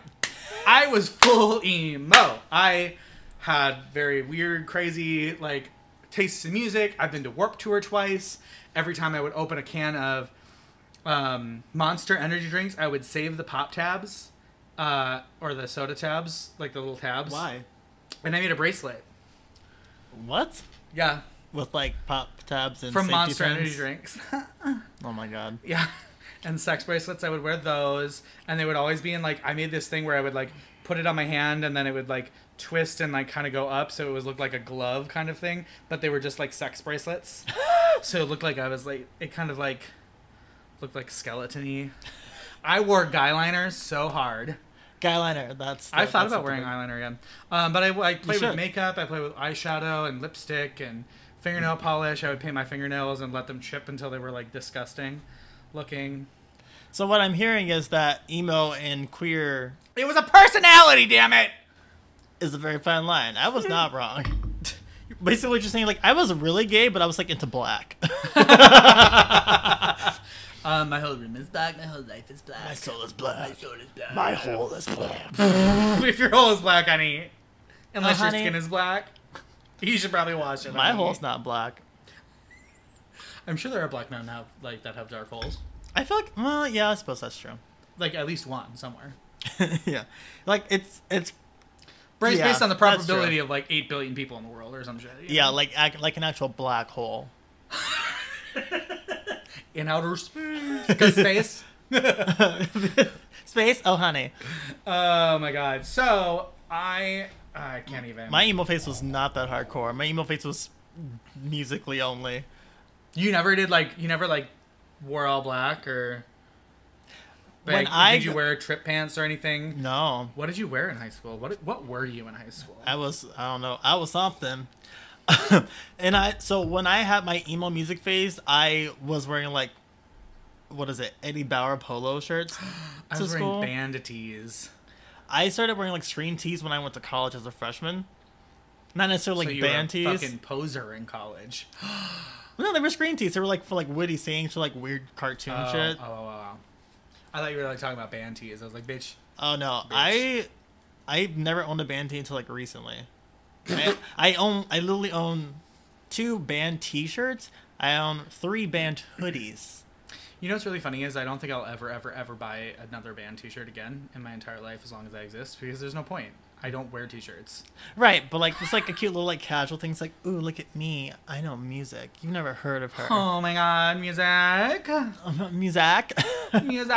Speaker 2: I was full emo. I had very weird, crazy, like tastes in music. I've been to Warp Tour twice. Every time I would open a can of um, Monster energy drinks, I would save the pop tabs uh, or the soda tabs, like the little tabs.
Speaker 1: why?
Speaker 2: And I made a bracelet.
Speaker 1: What?
Speaker 2: Yeah,
Speaker 1: With like pop tabs and
Speaker 2: from
Speaker 1: safety
Speaker 2: Monster
Speaker 1: pins?
Speaker 2: energy drinks.
Speaker 1: Oh my god.
Speaker 2: Yeah. And sex bracelets, I would wear those, and they would always be in like I made this thing where I would like put it on my hand, and then it would like twist and like kind of go up, so it was looked like a glove kind of thing. But they were just like sex bracelets, so it looked like I was like it kind of like looked like skeleton-y. I wore guy so hard.
Speaker 1: Guyliner. That's.
Speaker 2: I thought
Speaker 1: that's something-
Speaker 2: about wearing eyeliner again, um, but I, I play with
Speaker 1: should.
Speaker 2: makeup. I play with eyeshadow and lipstick and fingernail polish. I would paint my fingernails and let them chip until they were like disgusting looking.
Speaker 1: So what I'm hearing is that emo and queer
Speaker 2: It was a personality, damn it.
Speaker 1: is a very fine line. I was not wrong. Basically, what you're saying, like, I was really gay, but I was like into black.
Speaker 2: Um, my whole room is black. My whole life is black.
Speaker 1: soul is black. My soul is black. My hole is black.
Speaker 2: if your hole is black, honey, unless
Speaker 1: Oh,
Speaker 2: your
Speaker 1: honey.
Speaker 2: skin is black, you should probably wash it.
Speaker 1: My
Speaker 2: honey.
Speaker 1: hole's not black.
Speaker 2: I'm sure there are black men have like that have dark holes.
Speaker 1: I feel like, well, yeah, I suppose that's true.
Speaker 2: Like at least one somewhere.
Speaker 1: yeah, like it's it's
Speaker 2: Based,
Speaker 1: Yeah,
Speaker 2: based on the
Speaker 1: that's
Speaker 2: probability
Speaker 1: true.
Speaker 2: of like eight billion people in the world or some shit. you
Speaker 1: yeah,
Speaker 2: know?
Speaker 1: like ac- like an actual black hole.
Speaker 2: in outer space. 'Cause space.
Speaker 1: Space, oh honey,
Speaker 2: Oh my god. So I I can't even.
Speaker 1: my emo face was not that hardcore. My emo face was musically only.
Speaker 2: you never did like you never like wore all black or. Like,
Speaker 1: When I
Speaker 2: did you
Speaker 1: g-
Speaker 2: wear trip pants or anything?
Speaker 1: No,
Speaker 2: What did you wear in high school? What what were you in high school?
Speaker 1: I was I don't know I was something. and I so when I had my emo music phase, I was wearing like what is it Eddie Bauer polo shirts.
Speaker 2: I
Speaker 1: to
Speaker 2: was wearing
Speaker 1: school.
Speaker 2: bandities.
Speaker 1: I started wearing like screen tees when I went to college as a freshman. Not necessarily
Speaker 2: so
Speaker 1: like
Speaker 2: you
Speaker 1: band
Speaker 2: were a
Speaker 1: tees.
Speaker 2: fucking poser in college.
Speaker 1: No, they were screen tees. They were like for like witty sayings for like weird cartoon
Speaker 2: Oh,
Speaker 1: shit.
Speaker 2: oh, oh, oh. I thought you were like talking about band tees. I was like, bitch.
Speaker 1: Oh no, I I've never owned a band tee until like recently. I, I own I literally own two band T-shirts. I own three band hoodies.
Speaker 2: You know what's really funny is I don't think I'll ever, ever, ever buy another band T-shirt again in my entire life as long as I exist because there's no point. I don't wear T-shirts.
Speaker 1: Right, but like it's like a cute little like casual thing. It's like, ooh, look at me. I know music. You've never heard of her.
Speaker 2: Oh my god, music,
Speaker 1: music.
Speaker 2: music.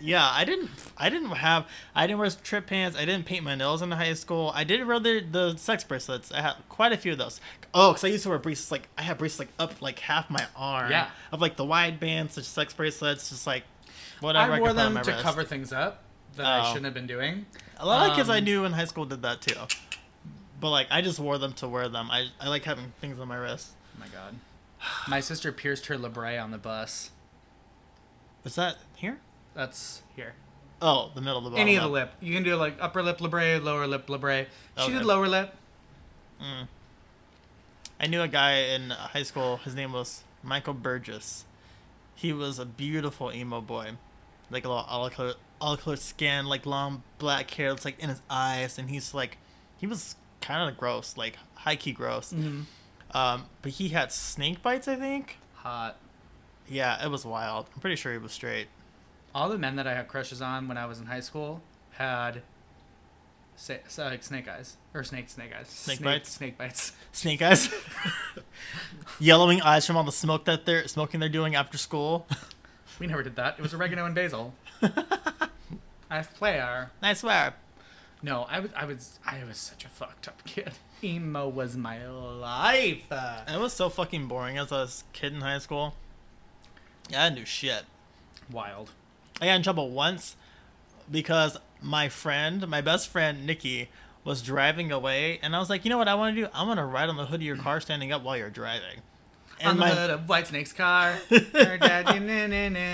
Speaker 1: yeah, I didn't. I didn't have. I didn't wear trip pants. I didn't paint my nails in high school. I did wear the, the sex bracelets. I had quite a few of those. Oh, because I used to wear bracelets. Like I had bracelets like up like half my arm.
Speaker 2: Yeah.
Speaker 1: Of like the wide bands, the sex bracelets, just like whatever.
Speaker 2: I wore
Speaker 1: could put on
Speaker 2: them
Speaker 1: my
Speaker 2: to
Speaker 1: wrist.
Speaker 2: cover things up that
Speaker 1: Oh.
Speaker 2: I shouldn't have been doing.
Speaker 1: A lot of kids I
Speaker 2: Um,
Speaker 1: knew in high school did that too. But like I just wore them to wear them. I I like having things on my wrist.
Speaker 2: Oh my god, my sister pierced her labrae on the bus.
Speaker 1: Is that here?
Speaker 2: That's here.
Speaker 1: Oh, the middle of the bottom.
Speaker 2: Any of the
Speaker 1: up.
Speaker 2: lip. You can do like upper lip labrae, lower lip labrae. She
Speaker 1: Okay.
Speaker 2: did lower lip.
Speaker 1: I knew a guy in high school. His name was Michael Burgess. He was a beautiful emo boy, like a little all color, all color skin, like long black hair. It's like in his eyes, and he's like, he was kind of gross, like high key gross.
Speaker 2: Mm-hmm.
Speaker 1: Um, but he had snake bites, I think.
Speaker 2: Hot.
Speaker 1: Yeah, it was wild. I'm pretty sure he was straight.
Speaker 2: all the men that I had crushes on when I was in high school had sa- sa- like snake eyes or snake snake eyes snake,
Speaker 1: bites?
Speaker 2: snake bites.
Speaker 1: Snake eyes, yellowing eyes from all the smoke that they're smoking they're doing after school.
Speaker 2: We never did that. It was oregano and basil. I swear.
Speaker 1: I swear.
Speaker 2: No, I was I was I was such a fucked up kid. Emo was my life.
Speaker 1: And It was so fucking boring as a kid in high school. Yeah, I knew shit.
Speaker 2: Wild.
Speaker 1: I got in trouble once because my friend, my best friend Nikki, was driving away, and I was like, you know what I want to do? I want to ride on the hood of your car standing up while you're driving. And
Speaker 2: On the
Speaker 1: my
Speaker 2: hood of White Snake's car, her daddy na na na.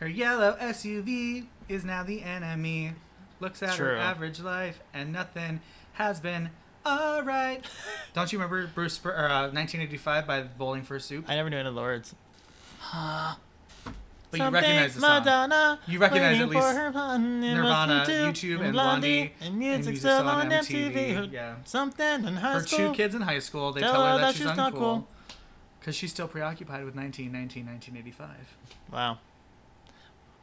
Speaker 2: Her yellow SUV is now the enemy. Looks at her
Speaker 1: True.
Speaker 2: average life, and nothing has been alright. Don't you remember Bruce Spr- or, uh, 1985 by Bowling for Soup?
Speaker 1: I never knew any of the words.
Speaker 2: But you recognize the song.
Speaker 1: Madonna,
Speaker 2: You recognize
Speaker 1: waiting
Speaker 2: at least
Speaker 1: for her button, it
Speaker 2: Nirvana,
Speaker 1: wasn't too,
Speaker 2: YouTube, and Blondie,
Speaker 1: and
Speaker 2: and
Speaker 1: music
Speaker 2: music
Speaker 1: still
Speaker 2: still
Speaker 1: on
Speaker 2: on
Speaker 1: MTV.
Speaker 2: MTV, yeah.
Speaker 1: Something in high
Speaker 2: Her
Speaker 1: school.
Speaker 2: two kids in high school, they tell, her that, she's, uncool.
Speaker 1: not cool.
Speaker 2: Because she's still preoccupied with 1919, 1985.
Speaker 1: Wow.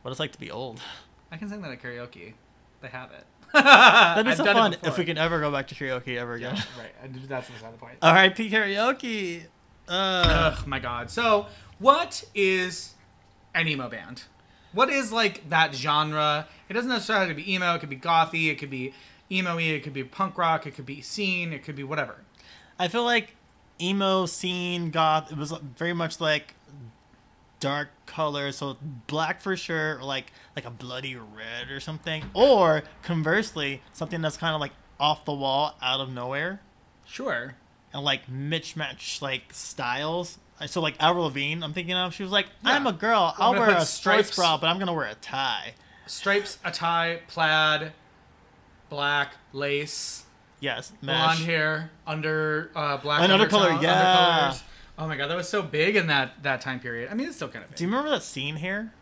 Speaker 1: What it's like to be old.
Speaker 2: I can sing that at karaoke. They have it.
Speaker 1: That'd be
Speaker 2: I've
Speaker 1: so
Speaker 2: done it
Speaker 1: fun if
Speaker 2: before.
Speaker 1: we can Uh, ever go back to karaoke ever
Speaker 2: Yeah,
Speaker 1: again.
Speaker 2: right. And That's beside the point.
Speaker 1: R.I.P. karaoke. Uh,
Speaker 2: Ugh, my god. So, what is an emo band? What is like that genre? It doesn't necessarily have to be emo. It could be gothy. It could be emo-y. It could be punk rock. It could be scene. It could be whatever.
Speaker 1: I feel like emo scene goth. It was very much like dark color, so black for sure, or like like a bloody red or something. Or conversely, something that's kind of like off the wall, out of nowhere,
Speaker 2: Sure.
Speaker 1: and like mismatch like styles. Uh, So like Avril Lavigne, I'm thinking of. She was like, "I'm
Speaker 2: Yeah.
Speaker 1: a girl. I'll
Speaker 2: gonna
Speaker 1: wear
Speaker 2: put
Speaker 1: a stripes
Speaker 2: stripes-
Speaker 1: bra, but I'm gonna wear a tie."
Speaker 2: Stripes, a tie, plaid, black, lace,
Speaker 1: Yes,
Speaker 2: blonde
Speaker 1: mesh.
Speaker 2: hair, under uh, black
Speaker 1: An undercolor,
Speaker 2: undertone-
Speaker 1: yeah.
Speaker 2: undercolors. Oh my god, that was so big in that that time period. I mean, it's still kind of big.
Speaker 1: Do you remember that scene here?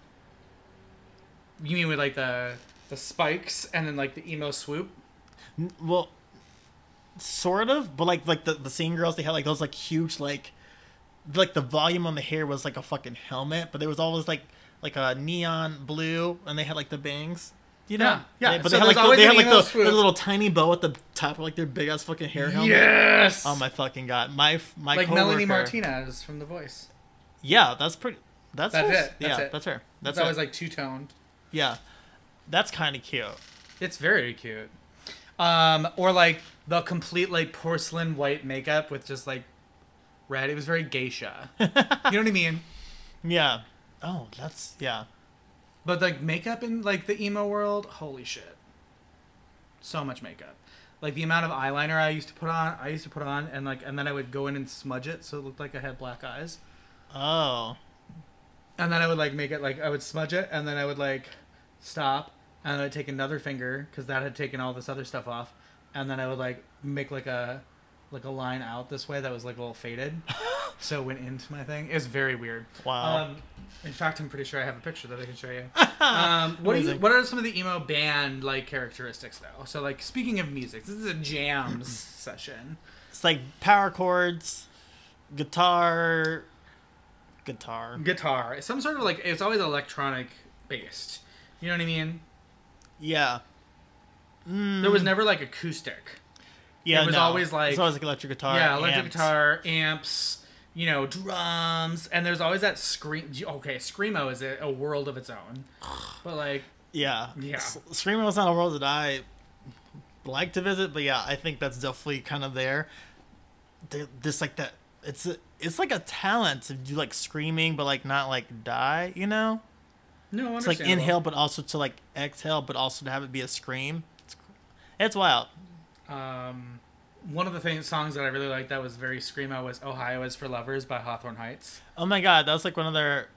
Speaker 2: You mean with like the the spikes and then like the emo swoop?
Speaker 1: Well, sort of, but like like the the same girls they had like those like huge like like the volume on the hair was like a fucking helmet, but there was always like like a neon blue, and they had like the bangs. You know,
Speaker 2: Yeah, yeah.
Speaker 1: They- but
Speaker 2: So
Speaker 1: they had like
Speaker 2: there's
Speaker 1: the,
Speaker 2: always
Speaker 1: they
Speaker 2: an
Speaker 1: had like
Speaker 2: emo
Speaker 1: the,
Speaker 2: swoop.
Speaker 1: the little tiny bow at the top of like their big ass fucking hair helmet.
Speaker 2: Yes.
Speaker 1: Oh my fucking god, my f- my
Speaker 2: like Melanie
Speaker 1: coworker-
Speaker 2: Martinez from The Voice.
Speaker 1: Yeah, that's pretty. That's
Speaker 2: That's
Speaker 1: her-
Speaker 2: it, that's
Speaker 1: yeah,
Speaker 2: it.
Speaker 1: that's her. That's
Speaker 2: That's always
Speaker 1: it.
Speaker 2: like two toned.
Speaker 1: yeah, that's kind of cute.
Speaker 2: It's very cute. Um, or like the complete like porcelain white makeup with just like red. It was very geisha. you know what I mean?
Speaker 1: Yeah. Oh, that's yeah.
Speaker 2: But like makeup in like the emo world, holy shit. So much makeup. Like the amount of eyeliner I used to put on, I used to put on and like and then I would go in and smudge it so it looked like I had black eyes.
Speaker 1: Oh.
Speaker 2: and then I would like make it like I would smudge it, and then I would like stop, and then I'd take another finger because that had taken all this other stuff off, and then I would like make like a like a line out this way that was like a little faded, so it went into my thing. It was very weird.
Speaker 1: Wow.
Speaker 2: Um, in fact, I'm pretty sure I have a picture that I can show you. Um, what do you,
Speaker 1: Amazing.
Speaker 2: What are some of the emo band like characteristics though? So like speaking of music, this is a jams session.
Speaker 1: It's like power chords, guitar, guitar.
Speaker 2: guitar. It's some sort of like it's always electronic based. You know what I mean?
Speaker 1: Yeah. Mm,
Speaker 2: There was never like acoustic.
Speaker 1: yeah,
Speaker 2: it was
Speaker 1: no.
Speaker 2: always like-
Speaker 1: it's always like electric guitar.
Speaker 2: yeah, electric
Speaker 1: amps.
Speaker 2: guitar, amps, you know, drums, and there's always that scream. Okay, screamo is a, a world of its own, but like
Speaker 1: Yeah.
Speaker 2: Yeah.
Speaker 1: S- Screamo is not a world that I like to visit, but yeah, I think that's definitely kind of there. Th- This like that. It's a, it's like a talent to do like screaming, but like not like die. You know,
Speaker 2: no,
Speaker 1: it's like inhale, but also to like exhale, but also to have it be a scream. It's, it's wild.
Speaker 2: Um, one of the things, songs that I really liked that was very screamo was "Ohio Is for Lovers" by Hawthorne Heights.
Speaker 1: Oh my god, that was like one of their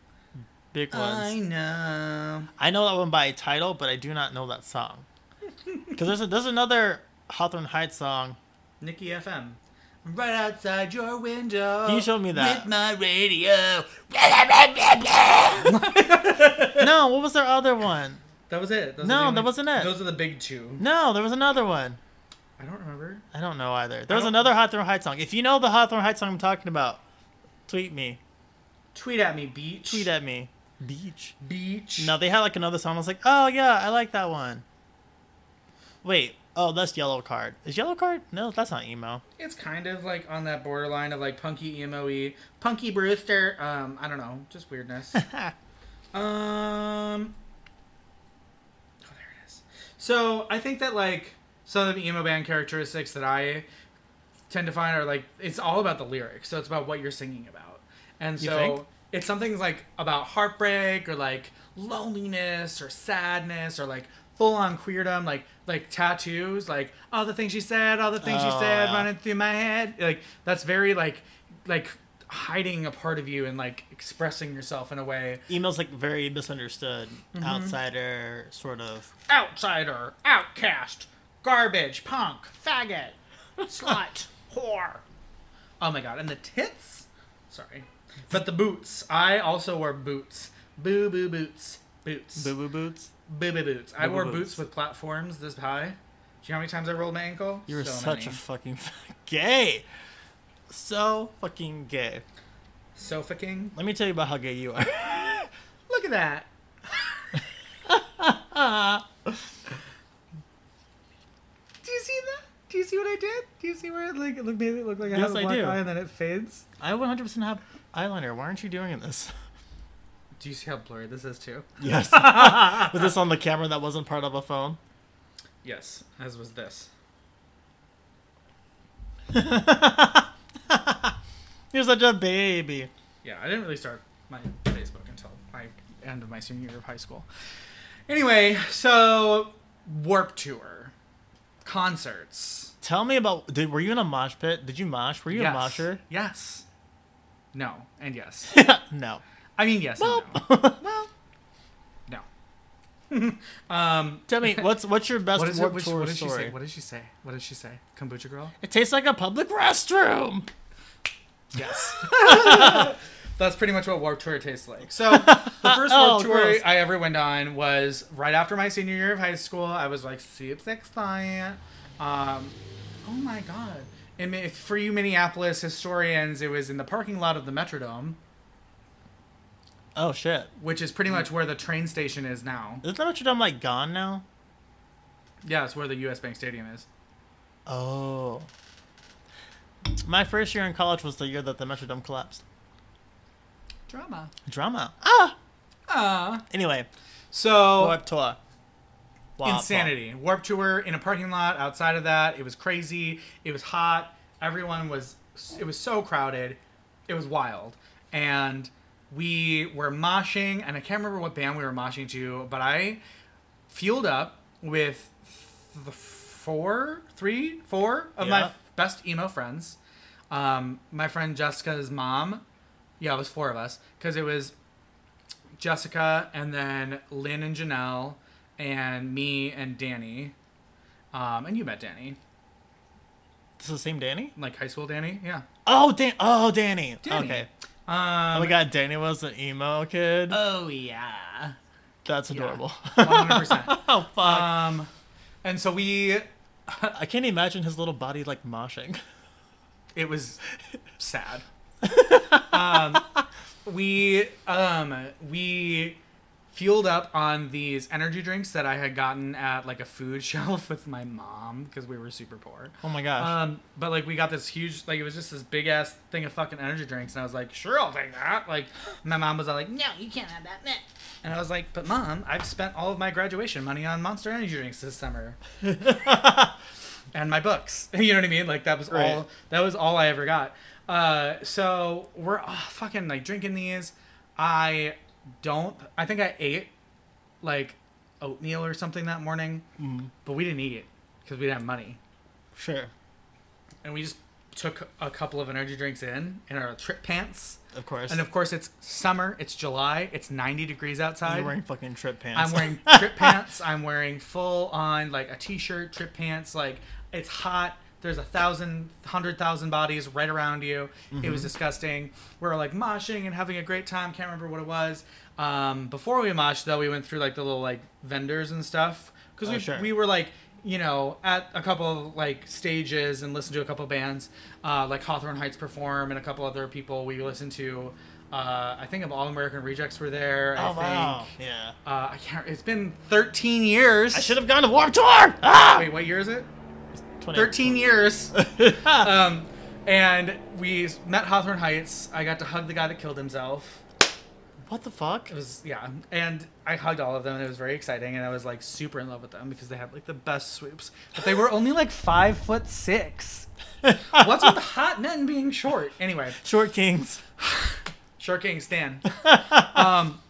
Speaker 1: big ones.
Speaker 2: know.
Speaker 1: I know that one by title, but I do not know that song. Because there's a, there's another Hawthorne Heights song.
Speaker 2: Nikki FM. Right outside your window.
Speaker 1: You showed me that.
Speaker 2: With my radio.
Speaker 1: No, what was their other one?
Speaker 2: That was it. Those are
Speaker 1: No,
Speaker 2: the
Speaker 1: that wasn't it.
Speaker 2: Those are the big two.
Speaker 1: No, there was another one.
Speaker 2: I don't remember.
Speaker 1: I don't know either. There was
Speaker 2: don't-
Speaker 1: another Hawthorne Heights song. If you know the Hawthorne Heights song I'm talking about, tweet me.
Speaker 2: Tweet at me, beach.
Speaker 1: Tweet at me. Beach.
Speaker 2: beach.
Speaker 1: No, they had like another song. I was like, oh yeah, I like that one. Wait, oh that's Yellow Card. Is Yellow Card? No, that's not emo.
Speaker 2: It's kind of like on that borderline of like punky E emoe, punky Brewster. Um, I don't know, just weirdness. Um. Oh, there it is. So I think that like some of the emo band characteristics that I tend to find are like it's all about the lyrics, so it's about what you're singing about, and
Speaker 1: You
Speaker 2: so
Speaker 1: think?
Speaker 2: it's something like about heartbreak or like loneliness or sadness or like full on queerdom, like like tattoos, like all the things she said, all the things she
Speaker 1: Oh,
Speaker 2: said,
Speaker 1: yeah.
Speaker 2: running through my head, like that's very like like hiding a part of you and like expressing yourself in a way
Speaker 1: Emo's like very misunderstood, outsider sort of.
Speaker 2: outsider, outcast, garbage, punk, faggot, slut, whore. Oh my god, and the tits? Sorry. But the boots. I also wore boots. Boo boo boots. Boots.
Speaker 1: Boo
Speaker 2: Boo
Speaker 1: boo boots.
Speaker 2: boo boots. I wore
Speaker 1: boots.
Speaker 2: boots. with platforms this high. Do you know how many times I rolled my ankle?
Speaker 1: You were
Speaker 2: So
Speaker 1: such a
Speaker 2: many.
Speaker 1: fucking gay. So fucking gay.
Speaker 2: sofa king.
Speaker 1: Let me tell you about how gay you are.
Speaker 2: Look at that.
Speaker 1: Ah,
Speaker 2: Do you see that? Do you see what I did? Do you see where it like it looked, made it look like I
Speaker 1: Yes,
Speaker 2: have a
Speaker 1: I
Speaker 2: black
Speaker 1: do.
Speaker 2: eye and then it fades?
Speaker 1: I 100% have eyeliner. Why aren't you doing this?
Speaker 2: Do you see how blurry this is too?
Speaker 1: Yes. was this on the camera that wasn't part of a phone?
Speaker 2: Yes, as was this.
Speaker 1: You're such a baby.
Speaker 2: Yeah, I didn't really start my Facebook until my end of my senior year of high school. Anyway, so Warp Tour concerts.
Speaker 1: Tell me about. Did, were you in a mosh pit? Did you mosh? Were you
Speaker 2: yes.
Speaker 1: a mosher?
Speaker 2: Yes. No, and yes.
Speaker 1: no.
Speaker 2: I mean yes. and no. no. um,
Speaker 1: Tell me what's what's your best
Speaker 2: what is it?
Speaker 1: warp
Speaker 2: Which,
Speaker 1: tour
Speaker 2: what did she
Speaker 1: story?
Speaker 2: say? What did she say? What did she say? Kombucha girl.
Speaker 1: It tastes like a public restroom.
Speaker 2: Yes. That's pretty much what Warped Tour tastes like. So the first
Speaker 1: Oh,
Speaker 2: Warped Tour
Speaker 1: gross.
Speaker 2: I ever went on was right after my senior year of high school. I was like super excited. Um, oh my god! And ma- for you Minneapolis historians, it was in the parking lot of the Metrodome,
Speaker 1: Oh shit!
Speaker 2: which is
Speaker 1: Mm.
Speaker 2: pretty much where the train station is now.
Speaker 1: Isn't that Notre Dame like gone now?
Speaker 2: Yeah, it's where the U.S. Bank Stadium is.
Speaker 1: Oh. My first year in college was the year that the Metrodome collapsed.
Speaker 2: Drama.
Speaker 1: Drama. Ah.
Speaker 2: Ah.
Speaker 1: Anyway,
Speaker 2: So
Speaker 1: warp tour. Warp Tour.
Speaker 2: Oh. insanity. Warp tour in a parking lot. Outside of that, it was crazy. It was hot. Everyone was. It was so crowded. It was wild. And we were moshing, and I can't remember what band we were moshing to, but I fueled up with the four, three, four of
Speaker 1: Yeah.
Speaker 2: my best emo friends. Um, my friend Jessica's mom. Yeah, it was four of us because it was Jessica, and then Lynn and Janelle, and me and Danny. Um, and you met Danny,
Speaker 1: This is the same Danny.
Speaker 2: like high school Danny, yeah.
Speaker 1: Oh, Dan. Oh, Danny.
Speaker 2: Danny.
Speaker 1: Okay.
Speaker 2: Um,
Speaker 1: Oh my god, Danny was an emo kid.
Speaker 2: oh yeah,
Speaker 1: That's adorable.
Speaker 2: one hundred percent.
Speaker 1: oh fuck!
Speaker 2: Um, and so we,
Speaker 1: I can't imagine his little body like moshing.
Speaker 2: it was sad. um, we um we fueled up on these energy drinks that I had gotten at like a food shelf with my mom because we were super poor.
Speaker 1: Oh my gosh.
Speaker 2: Um, but like we got this huge, like it was just this big ass thing of fucking energy drinks, and I was like, sure, I'll take that. Like my mom was all like, no, you can't have that. meh." And I was like, but mom, I've spent all of my graduation money on Monster Energy drinks this summer, and my books. You know what I mean? Like that was
Speaker 1: Right.
Speaker 2: all that was all I ever got. Uh, so we're ah, fucking like drinking these. I don't. I think I ate like oatmeal or something that morning,
Speaker 1: Mm-hmm.
Speaker 2: but we didn't eat it because we didn't have money
Speaker 1: sure.
Speaker 2: and we just took a couple of energy drinks in in our trip pants.
Speaker 1: Of course.
Speaker 2: And of course, it's summer. It's July. It's 90 degrees outside.
Speaker 1: you're wearing fucking trip pants.
Speaker 2: I'm wearing trip pants. I'm wearing full on like a t-shirt, trip pants. Like it's hot. There's a thousand, hundred thousand bodies right around you. It
Speaker 1: Mm-hmm.
Speaker 2: was disgusting. We were like moshing and having a great time. Can't remember what it was. Um, before we moshed though, we went through like the little like vendors and stuff because
Speaker 1: Oh,
Speaker 2: we
Speaker 1: sure.
Speaker 2: we were like you know at a couple like stages and listened to a couple bands uh, like Hawthorne Heights perform and a couple other people we listened to. Uh, I think All American Rejects were there. I
Speaker 1: Oh
Speaker 2: think
Speaker 1: wow. Yeah.
Speaker 2: uh, I can't. It's been 13 years.
Speaker 1: I should have gone to Warped Tour. Ah.
Speaker 2: Wait, what year is it?
Speaker 1: 20
Speaker 2: 13 years. um, and we met Hawthorne Heights. I got to hug the guy that killed himself.
Speaker 1: What the fuck?
Speaker 2: It was yeah, and I hugged all of them, and it was very exciting, and I was like super in love with them because they had like the best swoops, but they were only like five foot six. What's with hot men being short? Anyway,
Speaker 1: Short Kings.
Speaker 2: Shark King Stan. um,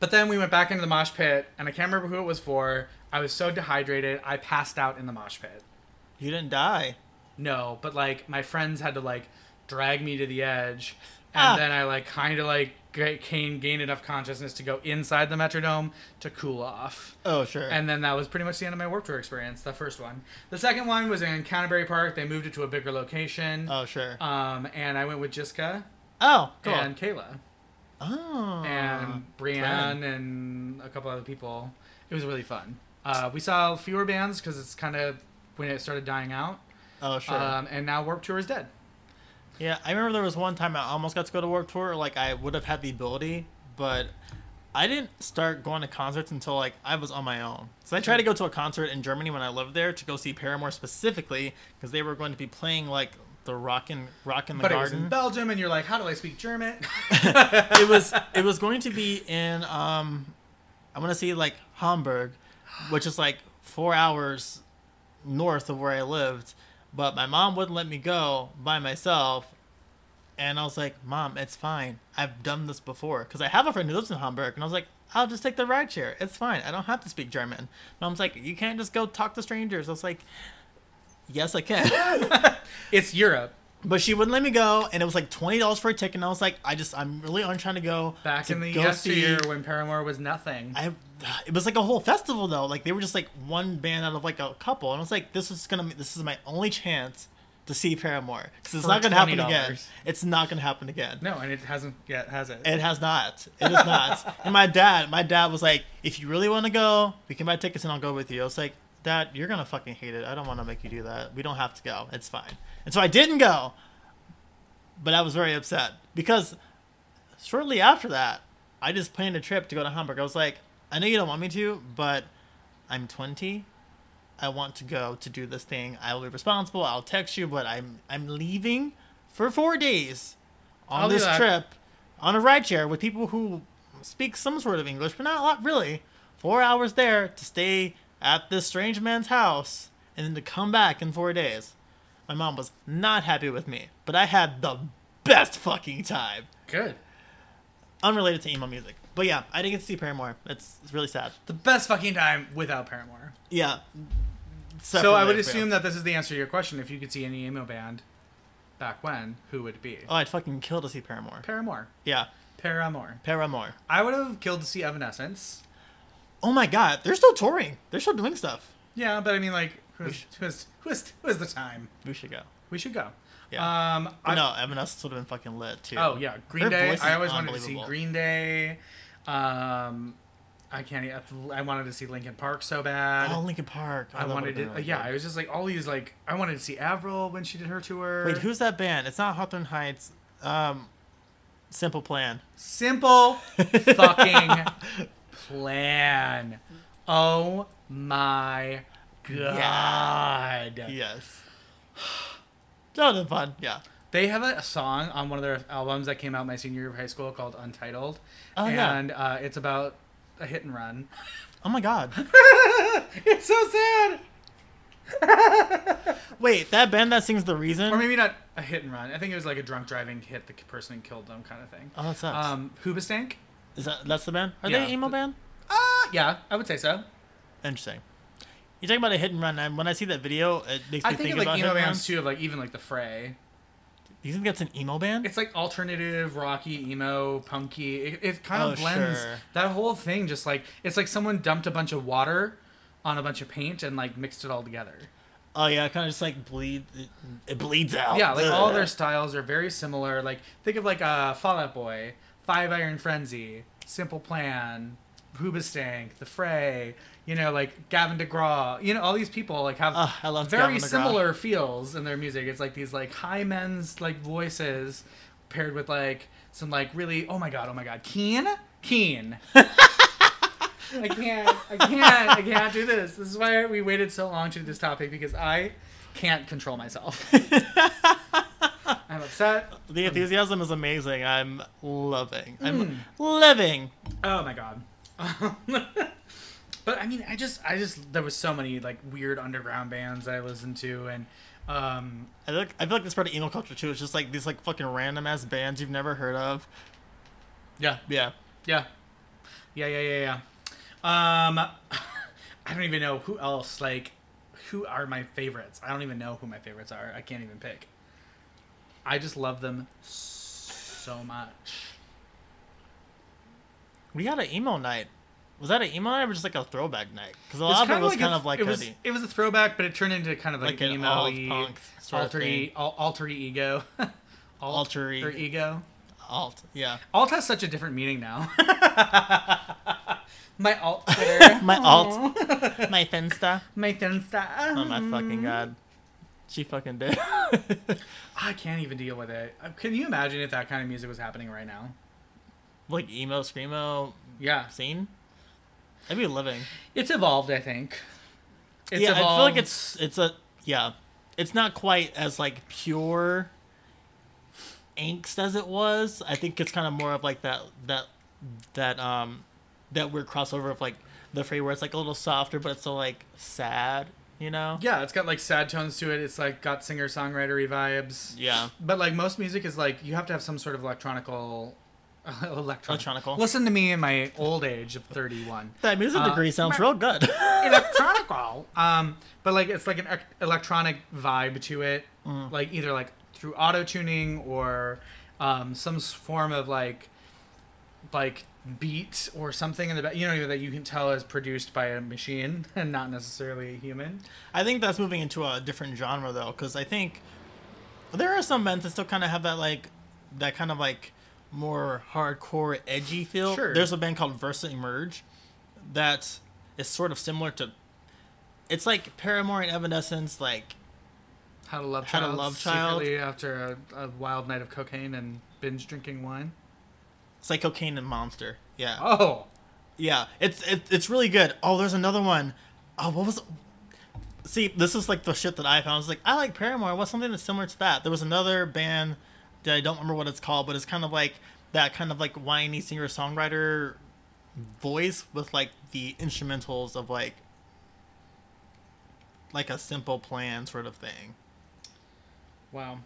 Speaker 2: but then we went back into the mosh pit, and I can't remember who it was for. I was so dehydrated, I passed out in the mosh pit.
Speaker 1: You didn't die.
Speaker 2: No, but like my friends had to like drag me to the edge, and
Speaker 1: Ah.
Speaker 2: then I like kind of like ga- gain gain enough consciousness to go inside the Metrodome to cool off.
Speaker 1: Oh sure.
Speaker 2: And then that was pretty much the end of my Warped Tour experience. The first one. The second one was in Canterbury Park. They moved it to a bigger location.
Speaker 1: oh sure.
Speaker 2: Um, and I went with Jiska
Speaker 1: oh cool.
Speaker 2: and Kayla
Speaker 1: oh.
Speaker 2: and Brianne and a couple other people. It was really fun. Uh, we saw fewer bands because it's kind of when it started dying out.
Speaker 1: Oh sure.
Speaker 2: Um, and now Warp Tour is dead.
Speaker 1: Yeah, I remember there was one time I almost got to go to Warped Tour. Like I would have had the ability, but I didn't start going to concerts until like I was on my own. So I tried to go to a concert in Germany when I lived there to go see Paramore specifically because they were going to be playing like the Rockin' Rock in the
Speaker 2: But it was in
Speaker 1: Garden.
Speaker 2: Belgium, and you're like, how do I speak German?
Speaker 1: it was it was going to be in um I want to say like Hamburg, which is like four hours north of where I lived, but my mom wouldn't let me go by myself. And I was like, Mom, it's fine. I've done this before. Because I have a friend who lives in Hamburg. And I was like, I'll just take the ride share. It's fine. I don't have to speak German. Mom's like, You can't just go talk to strangers. I was like, Yes, I can.
Speaker 2: it's Europe.
Speaker 1: But she wouldn't let me go, and it was like twenty dollars for a ticket. And I was like, I just, I'm really on trying to go
Speaker 2: Back
Speaker 1: to
Speaker 2: in the
Speaker 1: go
Speaker 2: yesteryear
Speaker 1: see-
Speaker 2: when Paramore was nothing.
Speaker 1: I, it was like a whole festival though. Like they were just like one band out of like a couple, and I was like, this is gonna, be- this is my only chance to see Paramore because it's
Speaker 2: For
Speaker 1: not gonna happen again.
Speaker 2: $20.
Speaker 1: It's not gonna happen again.
Speaker 2: no, and it hasn't yet, has it?
Speaker 1: It has not. It is not. and my dad, my dad was like, if you really want to go, we can buy tickets and I'll go with you. I was like, Dad, you're gonna fucking hate it. I don't want to make you do that. We don't have to go. It's fine. And so I didn't go. But I was very upset because shortly after that, I just planned a trip to go to Hamburg. I was like, I know you don't want me to, but I'm 20. I want to go to do this thing. I will be responsible. I'll text you, but I'm I'm leaving for four days on
Speaker 2: I'll do
Speaker 1: this
Speaker 2: that.
Speaker 1: trip on a ride share with people who speak some sort of English, but not a lot really. Four hours there to stay at this strange man's house and then to come back in four days. My mom was not happy with me, but I had the best fucking time.
Speaker 2: Good.
Speaker 1: Unrelated to emo music. But yeah, I didn't get to see Paramore. It's, it's really sad.
Speaker 2: The best fucking time without Paramore.
Speaker 1: Yeah.
Speaker 2: so I would assume that this is the answer to your question. If you could see any emo band back when, who would it be?
Speaker 1: Oh, I'd fucking kill to see Paramore.
Speaker 2: Paramore.
Speaker 1: Yeah,
Speaker 2: Paramore.
Speaker 1: Paramore.
Speaker 2: I would have killed to see Evanescence.
Speaker 1: Oh my god, they're still touring. They're still doing stuff.
Speaker 2: Yeah, but I mean, like, who
Speaker 1: We
Speaker 2: is,
Speaker 1: should-
Speaker 2: who is, who is, who is the time?
Speaker 1: We should go.
Speaker 2: We should go.
Speaker 1: Yeah.
Speaker 2: Um,
Speaker 1: But
Speaker 2: I,
Speaker 1: no, Evanescence would have been fucking lit too.
Speaker 2: Oh, yeah. Green
Speaker 1: Her
Speaker 2: Day.
Speaker 1: voice is
Speaker 2: I always wanted to see
Speaker 1: unbelievable.
Speaker 2: Green Day. Um, I can't. e- I wanted to see Linkin Park so bad.
Speaker 1: Oh, Linkin Park. Oh,
Speaker 2: I
Speaker 1: that
Speaker 2: wanted
Speaker 1: would've
Speaker 2: to.
Speaker 1: been really
Speaker 2: yeah,
Speaker 1: good.
Speaker 2: I was just like all these like. I wanted to see Avril when she did her tour.
Speaker 1: Wait, who's that band? It's not Hawthorne Heights. Um, Simple plan.
Speaker 2: Simple fucking plan. Oh my Uh, god.
Speaker 1: Yes. That was fun. Yeah.
Speaker 2: They have a song on one of their albums that came out my senior year of high school called Untitled.
Speaker 1: Oh, yeah.
Speaker 2: and uh, it's about a hit and run.
Speaker 1: Oh my god.
Speaker 2: It's so sad.
Speaker 1: Wait, that band that sings The Reason?
Speaker 2: Or maybe not a hit and run. I think it was like a drunk driving hit the person and killed them kind of thing.
Speaker 1: oh, that sucks.
Speaker 2: Um, Hoobastank?
Speaker 1: Is that that's the band? Are
Speaker 2: yeah,
Speaker 1: they an emo
Speaker 2: th-
Speaker 1: band?
Speaker 2: Uh, yeah, I would say so.
Speaker 1: Interesting. You're talking about a hit and run, and when I see that video, it makes me
Speaker 2: I think, of
Speaker 1: about
Speaker 2: like
Speaker 1: hit
Speaker 2: emo
Speaker 1: and
Speaker 2: bands
Speaker 1: runs.
Speaker 2: too, of like even like the Fray.
Speaker 1: Do you think that's an emo band?
Speaker 2: It's like alternative, rocky, emo, punky. It, it kind of
Speaker 1: Oh,
Speaker 2: blends
Speaker 1: sure.
Speaker 2: that whole thing. Just like it's like someone dumped a bunch of water on a bunch of paint and like mixed it all together.
Speaker 1: oh yeah, kind of just like bleed. It, it bleeds out.
Speaker 2: Yeah, like all
Speaker 1: Ugh.
Speaker 2: their styles are very similar. Like think of like uh, Fall Out Boy, Five Iron Frenzy, Simple Plan, Hoobastank, The Fray. You know, like Gavin DeGraw. You know, all these people like have
Speaker 1: Ugh, I love
Speaker 2: very
Speaker 1: Gavin DeGraw.
Speaker 2: similar feels in their music. It's like these like high men's like voices paired with like some like really oh my god oh my god keen keen. I can't I can't I can't do this. This is why we waited so long to do this topic because I can't control myself. I'm upset.
Speaker 1: The enthusiasm is amazing. I'm loving.
Speaker 2: Mm.
Speaker 1: I'm living.
Speaker 2: Oh my god. but I mean, I just, I just, there was so many like weird underground bands I listened to, and um,
Speaker 1: I look. I feel like this part of emo culture too. It's just like these like fucking random ass bands you've never heard of.
Speaker 2: yeah,
Speaker 1: Yeah.
Speaker 2: yeah, yeah, yeah, yeah, yeah. Um, I don't even know who else. Like, who are my favorites? I don't even know who my favorites are. I can't even pick. I just love them so much.
Speaker 1: We had an emo night. Was that an emo night or just like a throwback night? Because a
Speaker 2: It's
Speaker 1: lot of it was
Speaker 2: like
Speaker 1: kind
Speaker 2: a-
Speaker 1: of like
Speaker 2: it was,
Speaker 1: a,
Speaker 2: it was a throwback, but it turned into kind of like,
Speaker 1: Like an
Speaker 2: emo,
Speaker 1: alt punk sort of
Speaker 2: alter, e- al- alter ego, alt,
Speaker 1: Alter e-
Speaker 2: ego.
Speaker 1: alt. Yeah.
Speaker 2: Alt has such a different meaning now. my alt Twitter,
Speaker 1: My alt. My Finsta.
Speaker 2: my Finsta.
Speaker 1: Oh my
Speaker 2: Mm.
Speaker 1: fucking god. She fucking did.
Speaker 2: I can't even deal with it. Uh, Can you imagine if that kind of music was happening right now?
Speaker 1: like emo screamo
Speaker 2: Yeah,
Speaker 1: scene. That'd be living.
Speaker 2: it's evolved. I think. It's
Speaker 1: yeah, I feel like
Speaker 2: evolved.
Speaker 1: it's it's a yeah, it's not quite as like pure angst as it was. I think it's kind of more of like that that that um that weird crossover of like the free where it's like a little softer, but it's still like sad. You know?
Speaker 2: yeah, it's got like sad tones to it. It's like got singer songwritery vibes.
Speaker 1: Yeah.
Speaker 2: But like most music is like you have to have some sort of electronical, electronic.
Speaker 1: Electronical.
Speaker 2: Listen to me in my old age of thirty-one.
Speaker 1: That music
Speaker 2: Uh,
Speaker 1: degree sounds real good.
Speaker 2: electronical. Um, but like it's like an ec- electronic vibe to it,
Speaker 1: Mm.
Speaker 2: like either like through auto tuning or um, some s- form of like like beat or something in the back. You know that you can tell is produced by a machine and not necessarily a human.
Speaker 1: I think that's moving into a different genre though, because I think there are some bands that still kind of have that like that kind of like more hardcore edgy feel.
Speaker 2: Sure.
Speaker 1: There's a band called Versa Emerge that is sort of similar to. It's like Paramore and Evanescence, like
Speaker 2: How to love
Speaker 1: How to
Speaker 2: child
Speaker 1: Love Child.
Speaker 2: secretly after a, a wild night of cocaine and binge drinking wine.
Speaker 1: it's like Cocaine and Monster. Yeah,
Speaker 2: Oh,
Speaker 1: yeah. It's it, it's really good. Oh, there's another one. Oh, what was? See, this is like the shit that I found. I was like, I like Paramore. What's something that's similar to that? There was another band that I don't remember what it's called, but it's kind of like that kind of like whiny singer songwriter voice with like the instrumentals of like like a simple plan sort of thing.
Speaker 2: wow.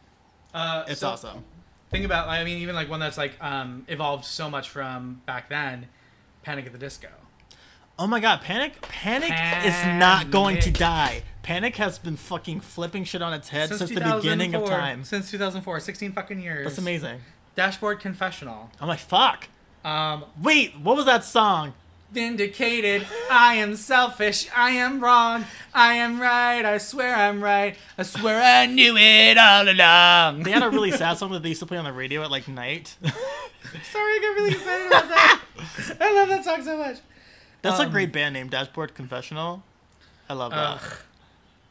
Speaker 2: Uh,
Speaker 1: It's
Speaker 2: so-
Speaker 1: awesome.
Speaker 2: think about i mean even like one that's like um evolved so much from back then panic at the disco
Speaker 1: Oh my god, Panic Panic is not going to
Speaker 2: Panic.
Speaker 1: die. Panic has been fucking flipping shit on its head since, the beginning of
Speaker 2: 2004
Speaker 1: time.
Speaker 2: since 2004 16 fucking years
Speaker 1: That's amazing.
Speaker 2: dashboard confessional
Speaker 1: I'm like, fuck.
Speaker 2: um
Speaker 1: Wait, what was that song?
Speaker 2: vindicated i am selfish i am wrong i am right i swear i'm right i swear i knew it all along
Speaker 1: They had a really sad song that they used to play on the radio at like night.
Speaker 2: sorry i got really excited about that i love that song so much
Speaker 1: That's a
Speaker 2: Um,
Speaker 1: great band name, Dashboard Confessional. I love that.
Speaker 2: Ugh.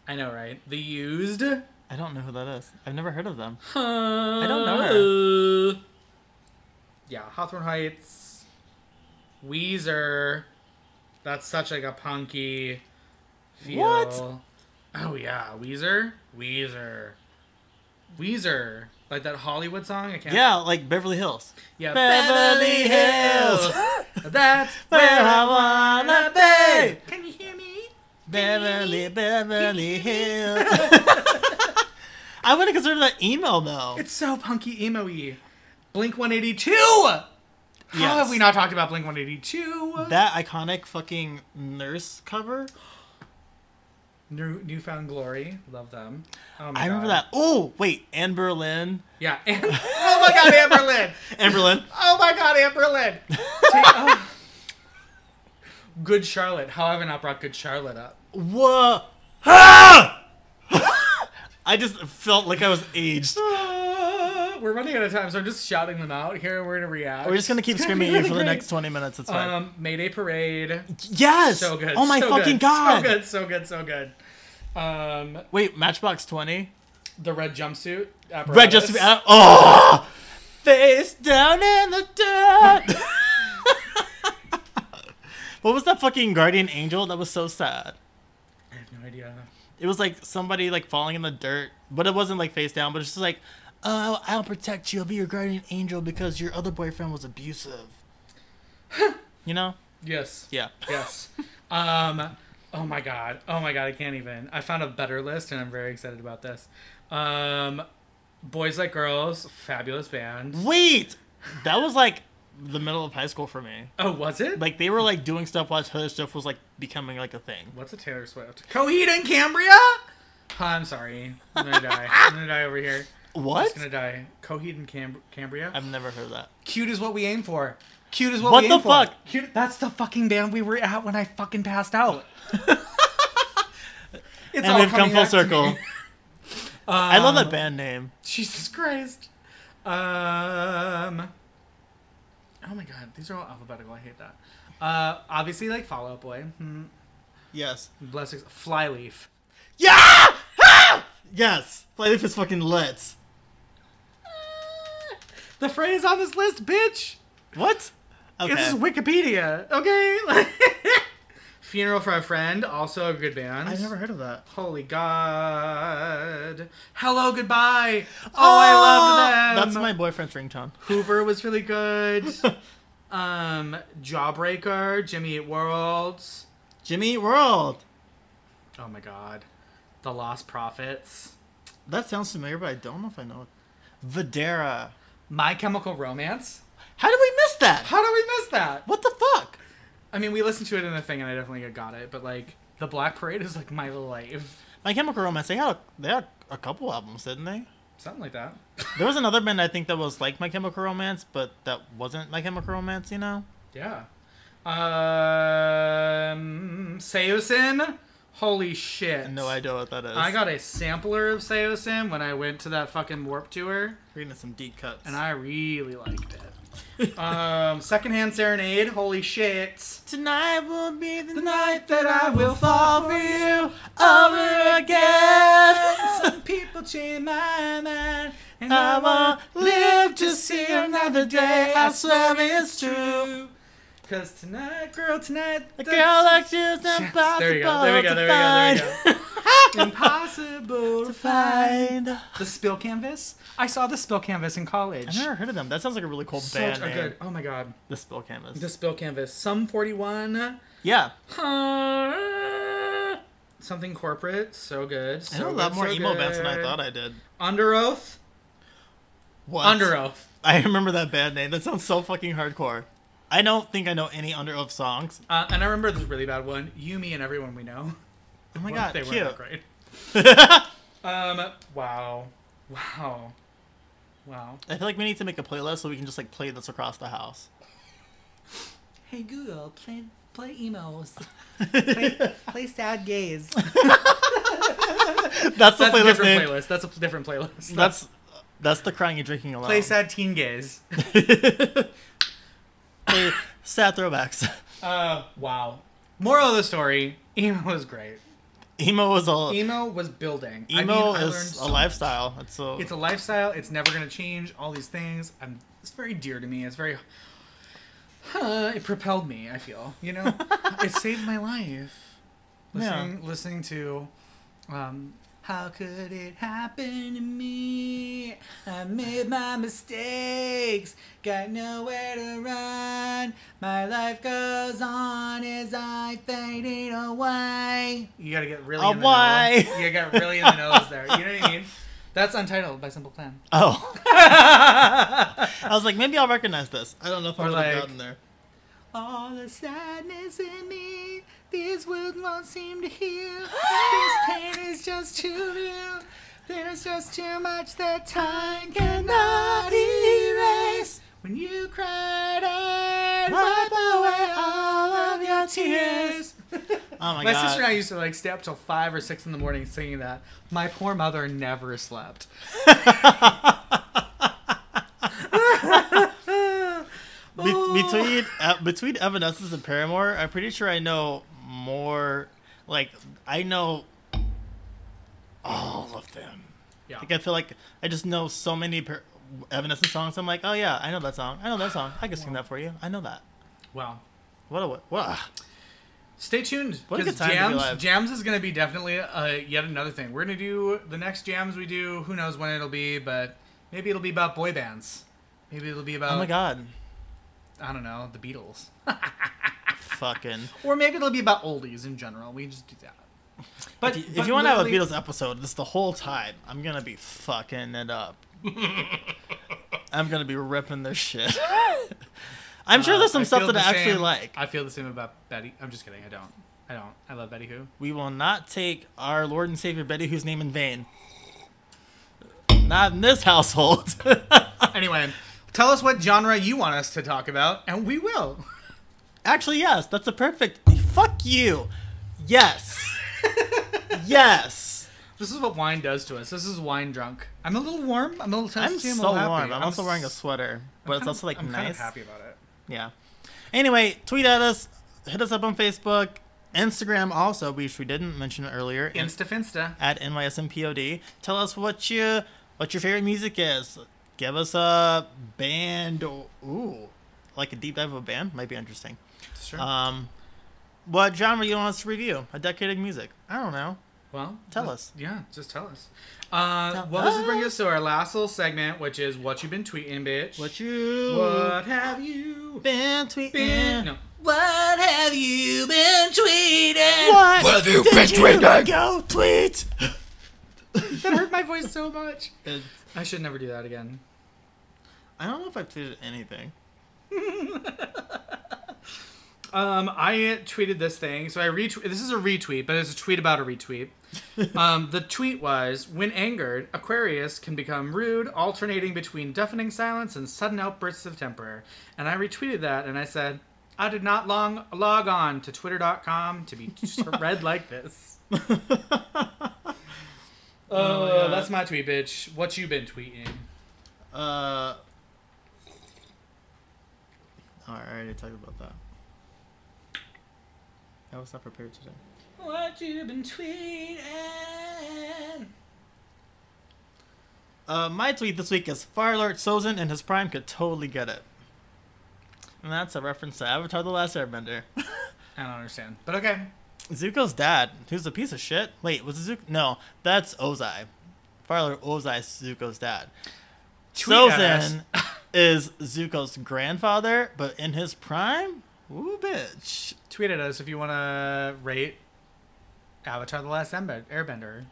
Speaker 2: i know right the used
Speaker 1: I don't know who that is. I've never heard of them.
Speaker 2: I
Speaker 1: don't know
Speaker 2: her. yeah, Hawthorne Heights, Weezer. That's such like a punky feel.
Speaker 1: What?
Speaker 2: Oh yeah, Weezer, Weezer, Weezer. Like that Hollywood song. I can't.
Speaker 1: Yeah, like Beverly Hills.
Speaker 2: Yeah.
Speaker 1: Beverly Hills.
Speaker 2: That's
Speaker 1: Where I wanna be.
Speaker 2: Can you hear me?
Speaker 1: Beverly, Beverly Hills. I wouldn't consider that emo though.
Speaker 2: It's so punky emo-y. Blink 182. How have
Speaker 1: Yes.
Speaker 2: we not talked about Blink 182?
Speaker 1: that iconic fucking nurse cover.
Speaker 2: New Newfound Glory, love them. Oh my
Speaker 1: I remember
Speaker 2: God.
Speaker 1: that. Oh wait, Anne Berlin.
Speaker 2: Yeah. And, oh my God, Amber Lynn.
Speaker 1: Anne Berlin.
Speaker 2: Oh my God, Amber Lynn. Take- oh. Good Charlotte. How have I not brought Good Charlotte up?
Speaker 1: Whoa. Ah! I just felt like I was aged.
Speaker 2: Ah, We're running out of time, so I'm just shouting them out here, and we're gonna react.
Speaker 1: We're just gonna keep
Speaker 2: It's be
Speaker 1: screaming at you
Speaker 2: really
Speaker 1: for the
Speaker 2: great.
Speaker 1: next twenty minutes. It's fine.
Speaker 2: Um, Mayday Parade.
Speaker 1: yes.
Speaker 2: So good.
Speaker 1: Oh my
Speaker 2: so
Speaker 1: fucking
Speaker 2: good,
Speaker 1: god.
Speaker 2: So good. So good. So good. Um,
Speaker 1: Wait, Matchbox Twenty.
Speaker 2: the red jumpsuit.
Speaker 1: Red
Speaker 2: apparatus.
Speaker 1: just oh face down in the dirt. what was that fucking guardian angel? That was so sad.
Speaker 2: I have no idea.
Speaker 1: It was like somebody like falling in the dirt, but it wasn't like face down. But it's just like, oh, I'll protect you. I'll be your guardian angel because your other boyfriend was abusive. you know?
Speaker 2: Yes.
Speaker 1: Yeah.
Speaker 2: Yes. um. Oh my god. Oh my god. I can't even. I found a better list, and I'm very excited about this. Um, Boys Like Girls, fabulous band.
Speaker 1: Wait, that was like the middle of high school for me.
Speaker 2: Oh, was it?
Speaker 1: Like they were like doing stuff while other stuff was like becoming like a thing.
Speaker 2: what's a Taylor Swift? Coheed and Cambria. Huh, I'm sorry. I'm gonna die. I'm gonna die over here. I'm
Speaker 1: What?
Speaker 2: just gonna die. Coheed and Cam- Cambria.
Speaker 1: I've never heard of that.
Speaker 2: Cute is what we aim for. Cute is what,
Speaker 1: What
Speaker 2: we
Speaker 1: the
Speaker 2: aim for.
Speaker 1: fuck?
Speaker 2: Cute. That's the fucking band we were at when I fucking passed out. it's
Speaker 1: and
Speaker 2: all
Speaker 1: we've come
Speaker 2: coming
Speaker 1: full
Speaker 2: back to me.
Speaker 1: circle. I love
Speaker 2: Um,
Speaker 1: that band name.
Speaker 2: Jesus Christ. Um. Oh my God, these are all alphabetical. I hate that. Uh, obviously, like Fall Out Boy, hmm,
Speaker 1: Yes.
Speaker 2: less ex- Flyleaf.
Speaker 1: Yeah! Ah! Yes. Flyleaf is fucking lit.
Speaker 2: The phrase on this list, bitch.
Speaker 1: What? Okay.
Speaker 2: This is Wikipedia. Okay. Funeral for a Friend, also a good band.
Speaker 1: I've never heard of that.
Speaker 2: Holy God. Hello, goodbye. Oh, I love them.
Speaker 1: Ah, That's my boyfriend's ringtone.
Speaker 2: Hoover was really good. um, Jawbreaker, Jimmy Eat Worlds.
Speaker 1: Jimmy Eat World.
Speaker 2: Oh my God, The Lost Prophets,
Speaker 1: That sounds familiar, but I don't know if I know it. Videra.
Speaker 2: My Chemical Romance.
Speaker 1: How did we miss that?
Speaker 2: How do we miss that?
Speaker 1: What the fuck?
Speaker 2: I mean, we listened to it in the thing, and I definitely got it. But like, The Black Parade is like my life,
Speaker 1: My Chemical Romance. They had a, they had a couple albums, didn't they?
Speaker 2: something like that.
Speaker 1: There was another band I think that was like My Chemical Romance, but that wasn't My Chemical Romance. You know?
Speaker 2: Yeah. Um, Seosin. Holy shit.
Speaker 1: No idea what that is.
Speaker 2: I got a sampler of Seosin when I went to that fucking warp tour,
Speaker 1: reading some deep cuts.
Speaker 2: and I really liked it. um, Secondhand Serenade. Holy shit.
Speaker 1: Tonight will be the,
Speaker 2: night that I will fall for you
Speaker 1: over again.
Speaker 2: Some people change my mind, and
Speaker 1: I
Speaker 2: I
Speaker 1: won't
Speaker 2: want
Speaker 1: live to see another day. I swear it's true.
Speaker 2: Cause tonight, girl, tonight,
Speaker 1: A girl like you's impossible
Speaker 2: There we go, there we go,
Speaker 1: to
Speaker 2: there we go, there we
Speaker 1: find.
Speaker 2: impossible to
Speaker 1: To
Speaker 2: find.
Speaker 1: find.
Speaker 2: The Spill Canvas. I saw the Spill Canvas in college.
Speaker 1: I've never heard of them. That sounds like a really cool
Speaker 2: Such
Speaker 1: band
Speaker 2: a
Speaker 1: name.
Speaker 2: good. Oh my god.
Speaker 1: The Spill Canvas.
Speaker 2: The Spill Canvas. Some 41.
Speaker 1: Yeah,
Speaker 2: Uh, something corporate. So good. So
Speaker 1: I know a
Speaker 2: good,
Speaker 1: lot more
Speaker 2: so
Speaker 1: emo bands than I
Speaker 2: good.
Speaker 1: thought I did.
Speaker 2: Under Oath.
Speaker 1: What?
Speaker 2: Under Oath.
Speaker 1: I remember that band name. That sounds so fucking hardcore. I don't think I know any Under Oath songs.
Speaker 2: Uh, and I remember this really bad one. You, me, and everyone we know.
Speaker 1: Oh my
Speaker 2: Well,
Speaker 1: god,
Speaker 2: they
Speaker 1: cute.
Speaker 2: weren't that great. Um. Wow. Wow. Wow.
Speaker 1: I feel like we need to make a playlist so we can just like play this across the house.
Speaker 2: Hey Google, play play emos. play, play sad gays.
Speaker 1: That's the
Speaker 2: That's a
Speaker 1: playlist
Speaker 2: different
Speaker 1: name.
Speaker 2: playlist. That's a different playlist.
Speaker 1: That's that's the crying and drinking alone.
Speaker 2: play sad teen gays.
Speaker 1: Play sad throwbacks.
Speaker 2: Uh. Wow. Moral of the story: emo is great.
Speaker 1: Emo is a
Speaker 2: Emo was building. I mean,
Speaker 1: emo
Speaker 2: I learned
Speaker 1: is
Speaker 2: so
Speaker 1: a
Speaker 2: much.
Speaker 1: lifestyle. It's a,
Speaker 2: It's a lifestyle. It's never gonna change. All these things. I'm. It's very dear to me. It's very. Huh, it propelled me. I feel. You know, it saved my life.
Speaker 1: Yeah.
Speaker 2: Listening, listening to, um, how could it happen to me? I made my mistakes. Got nowhere to run. My life goes on as I faded away. You gotta get really. in the
Speaker 1: Away.
Speaker 2: nose. You gotta get really in the nose there. You know what I mean? That's Untitled by Simple Plan.
Speaker 1: oh. I was like, maybe I'll recognize this. I don't know if I
Speaker 2: Or
Speaker 1: would have
Speaker 2: like-
Speaker 1: gotten there.
Speaker 2: All the sadness in me, this world won't seem to heal. this pain is just too real. There's just too much that time cannot erase. When you cried and
Speaker 1: Wipe
Speaker 2: wipe
Speaker 1: away
Speaker 2: away
Speaker 1: all
Speaker 2: all
Speaker 1: of
Speaker 2: of
Speaker 1: your
Speaker 2: your
Speaker 1: tears.
Speaker 2: tears.
Speaker 1: Oh my,
Speaker 2: My
Speaker 1: god.
Speaker 2: sister and I used to like stay up till five or six in the morning singing that. My poor mother never slept.
Speaker 1: Be- between uh, between Evanescence and Paramore, I'm pretty sure I know more. Like I know all of them.
Speaker 2: Yeah.
Speaker 1: Like I feel like I just know so many per- Evanescence songs. I'm like, oh yeah, I know that song. I know that song. I can sing that for you. I know that.
Speaker 2: Wow.
Speaker 1: What a what? what
Speaker 2: Stay tuned
Speaker 1: What a
Speaker 2: because
Speaker 1: good time to be
Speaker 2: jams,
Speaker 1: alive.
Speaker 2: jams is going to be definitely uh, yet another thing. We're going to do the next jams we do. Who knows when it'll be, but maybe it'll be about boy bands. Maybe it'll be about
Speaker 1: oh my god.
Speaker 2: I don't know the Beatles,
Speaker 1: Fucking.
Speaker 2: or maybe it'll be about oldies in general. We just do that. But
Speaker 1: If you,
Speaker 2: but
Speaker 1: want to have a
Speaker 2: literally-
Speaker 1: Beatles episode, this the whole time I'm gonna be fucking it up. I'm gonna be ripping their shit. I'm sure there's some
Speaker 2: Uh, I
Speaker 1: stuff
Speaker 2: feel
Speaker 1: that I
Speaker 2: the
Speaker 1: actually
Speaker 2: same-
Speaker 1: like.
Speaker 2: I feel the same about Betty. I'm just kidding. I don't. I don't. I love Betty Who.
Speaker 1: We will not take our Lord and Savior Betty, whose name in vain. Not in this household.
Speaker 2: Anyway, tell us what genre you want us to talk about, and we will.
Speaker 1: Actually, yes, that's a perfect. Fuck you. Yes. yes.
Speaker 2: This is what wine does to us. This is wine drunk. I'm a little warm. I'm a little
Speaker 1: I'm so
Speaker 2: toasty. I'm a
Speaker 1: warm.
Speaker 2: little happy.
Speaker 1: I'm also wearing a
Speaker 2: s-
Speaker 1: sweater, but it's
Speaker 2: kind of-
Speaker 1: also like
Speaker 2: I'm
Speaker 1: nice.
Speaker 2: Kind of happy about it.
Speaker 1: Yeah. Anyway, tweet at us. Hit us up on Facebook, Instagram. Also, which we didn't mention earlier. in-
Speaker 2: Insta finsta.
Speaker 1: at NYSMPOD. Tell us what you what your favorite music is. Give us a band or ooh, like a deep dive of a band might be interesting.
Speaker 2: Sure.
Speaker 1: Um, what genre you want us to review? A decade of music? I don't know.
Speaker 2: well,
Speaker 1: tell us.
Speaker 2: just- Yeah, just tell us. Uh,
Speaker 1: Tell
Speaker 2: well, this is bringing
Speaker 1: us.
Speaker 2: us to our last little segment, which is what you've been tweeting, bitch.
Speaker 1: What you
Speaker 2: What have you
Speaker 1: been
Speaker 2: been?
Speaker 1: tweeting?
Speaker 2: No.
Speaker 1: What have you been tweeting? What, have you been tweeting? Go tweet.
Speaker 2: That hurt my voice so much.
Speaker 1: It's-
Speaker 2: I should never do that again.
Speaker 1: I don't know if I've tweeted anything.
Speaker 2: Um, I tweeted this thing. So I retweet. This is a retweet, but it's a tweet about a retweet. um, the tweet was: When angered, Aquarius can become rude, alternating between deafening silence and sudden outbursts of temper. And I retweeted that, and I said, I did not long log on to Twitter.com to be read like this. oh,
Speaker 1: God.
Speaker 2: that's my tweet, bitch. What you been tweeting?
Speaker 1: Uh. Oh, I already talked about that. I was not prepared today.
Speaker 2: What you been tweeting?
Speaker 1: Uh, my tweet this week is Fire Alert Sozin and his prime could totally get it. And that's a reference to Avatar The Last Airbender.
Speaker 2: I don't understand, but okay.
Speaker 1: Zuko's dad, who's a piece of shit. Wait, was it Zuko? No, that's Ozai. Fire Alert Ozai is Zuko's dad.
Speaker 2: Tweet at us.
Speaker 1: Sozin is Zuko's grandfather, but in his prime? Ooh, bitch.
Speaker 2: tweet at us if you want to rate Avatar: The Last Airb- Airbender.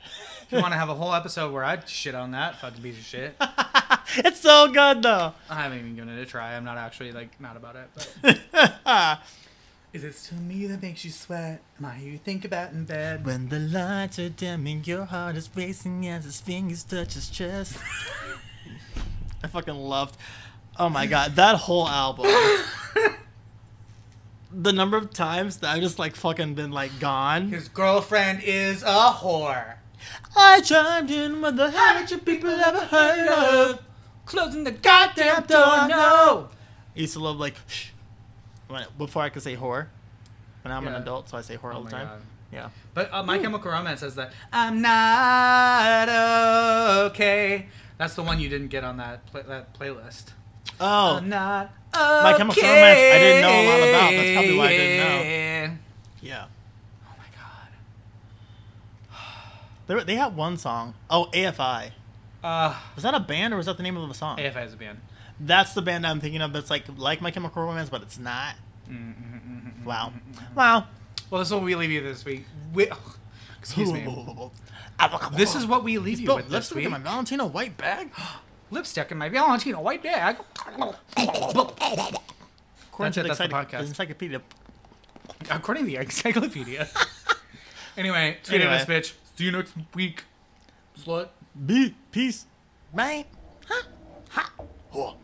Speaker 2: If you want to have a whole episode where I shit on that fucking piece of shit, I
Speaker 1: It's so good, though.
Speaker 2: haven't even given it a try. I'm not actually like mad about it. But is it still me that makes you sweat? Am I who you think about in bed?
Speaker 1: When the lights are dim and your heart is racing as his fingers touch his chest. I fucking loved. Oh my god, that whole album. the number of times that I've just like fucking been like gone.
Speaker 2: His girlfriend is a whore.
Speaker 1: I chimed in with the haven't you people ever heard of?
Speaker 2: Closing the goddamn door, no.
Speaker 1: I used to love like when, before I could say whore. But now I'm an
Speaker 2: Yeah.
Speaker 1: adult, so I say whore all the time. Yeah.
Speaker 2: Oh But uh, My Chemical Romance says that I'm not okay. That's the one you didn't get on that pla- that playlist.
Speaker 1: Oh,
Speaker 2: I'm not
Speaker 1: My Chemical Romance, I didn't know a lot about. That's probably why I didn't
Speaker 2: know.
Speaker 1: yeah.
Speaker 2: Oh my god.
Speaker 1: They, were- they had one song. Oh, AFI.
Speaker 2: Uh,
Speaker 1: Was that a band or was that the name of a song?
Speaker 2: AFI is a band.
Speaker 1: That's the band I'm thinking of. That's like like My Chemical Romance, but it's not.
Speaker 2: Mm-hmm.
Speaker 1: Wow. Wow.
Speaker 2: Well, this is what we leave you this week. Wi- excuse me. This is what we leave you
Speaker 1: But
Speaker 2: with this
Speaker 1: lipstick
Speaker 2: week.
Speaker 1: in my Valentino white bag.
Speaker 2: Lipstick in my Valentino white bag.
Speaker 1: According
Speaker 2: That's it, that's the
Speaker 1: encycl-
Speaker 2: podcast.
Speaker 1: encyclopedia.
Speaker 2: According to the encyclopedia. anyway, tweet at us,
Speaker 1: Anyway.
Speaker 2: bitch. See you next week. Slut.
Speaker 1: Be peace, man. Huh? Ha. Oh.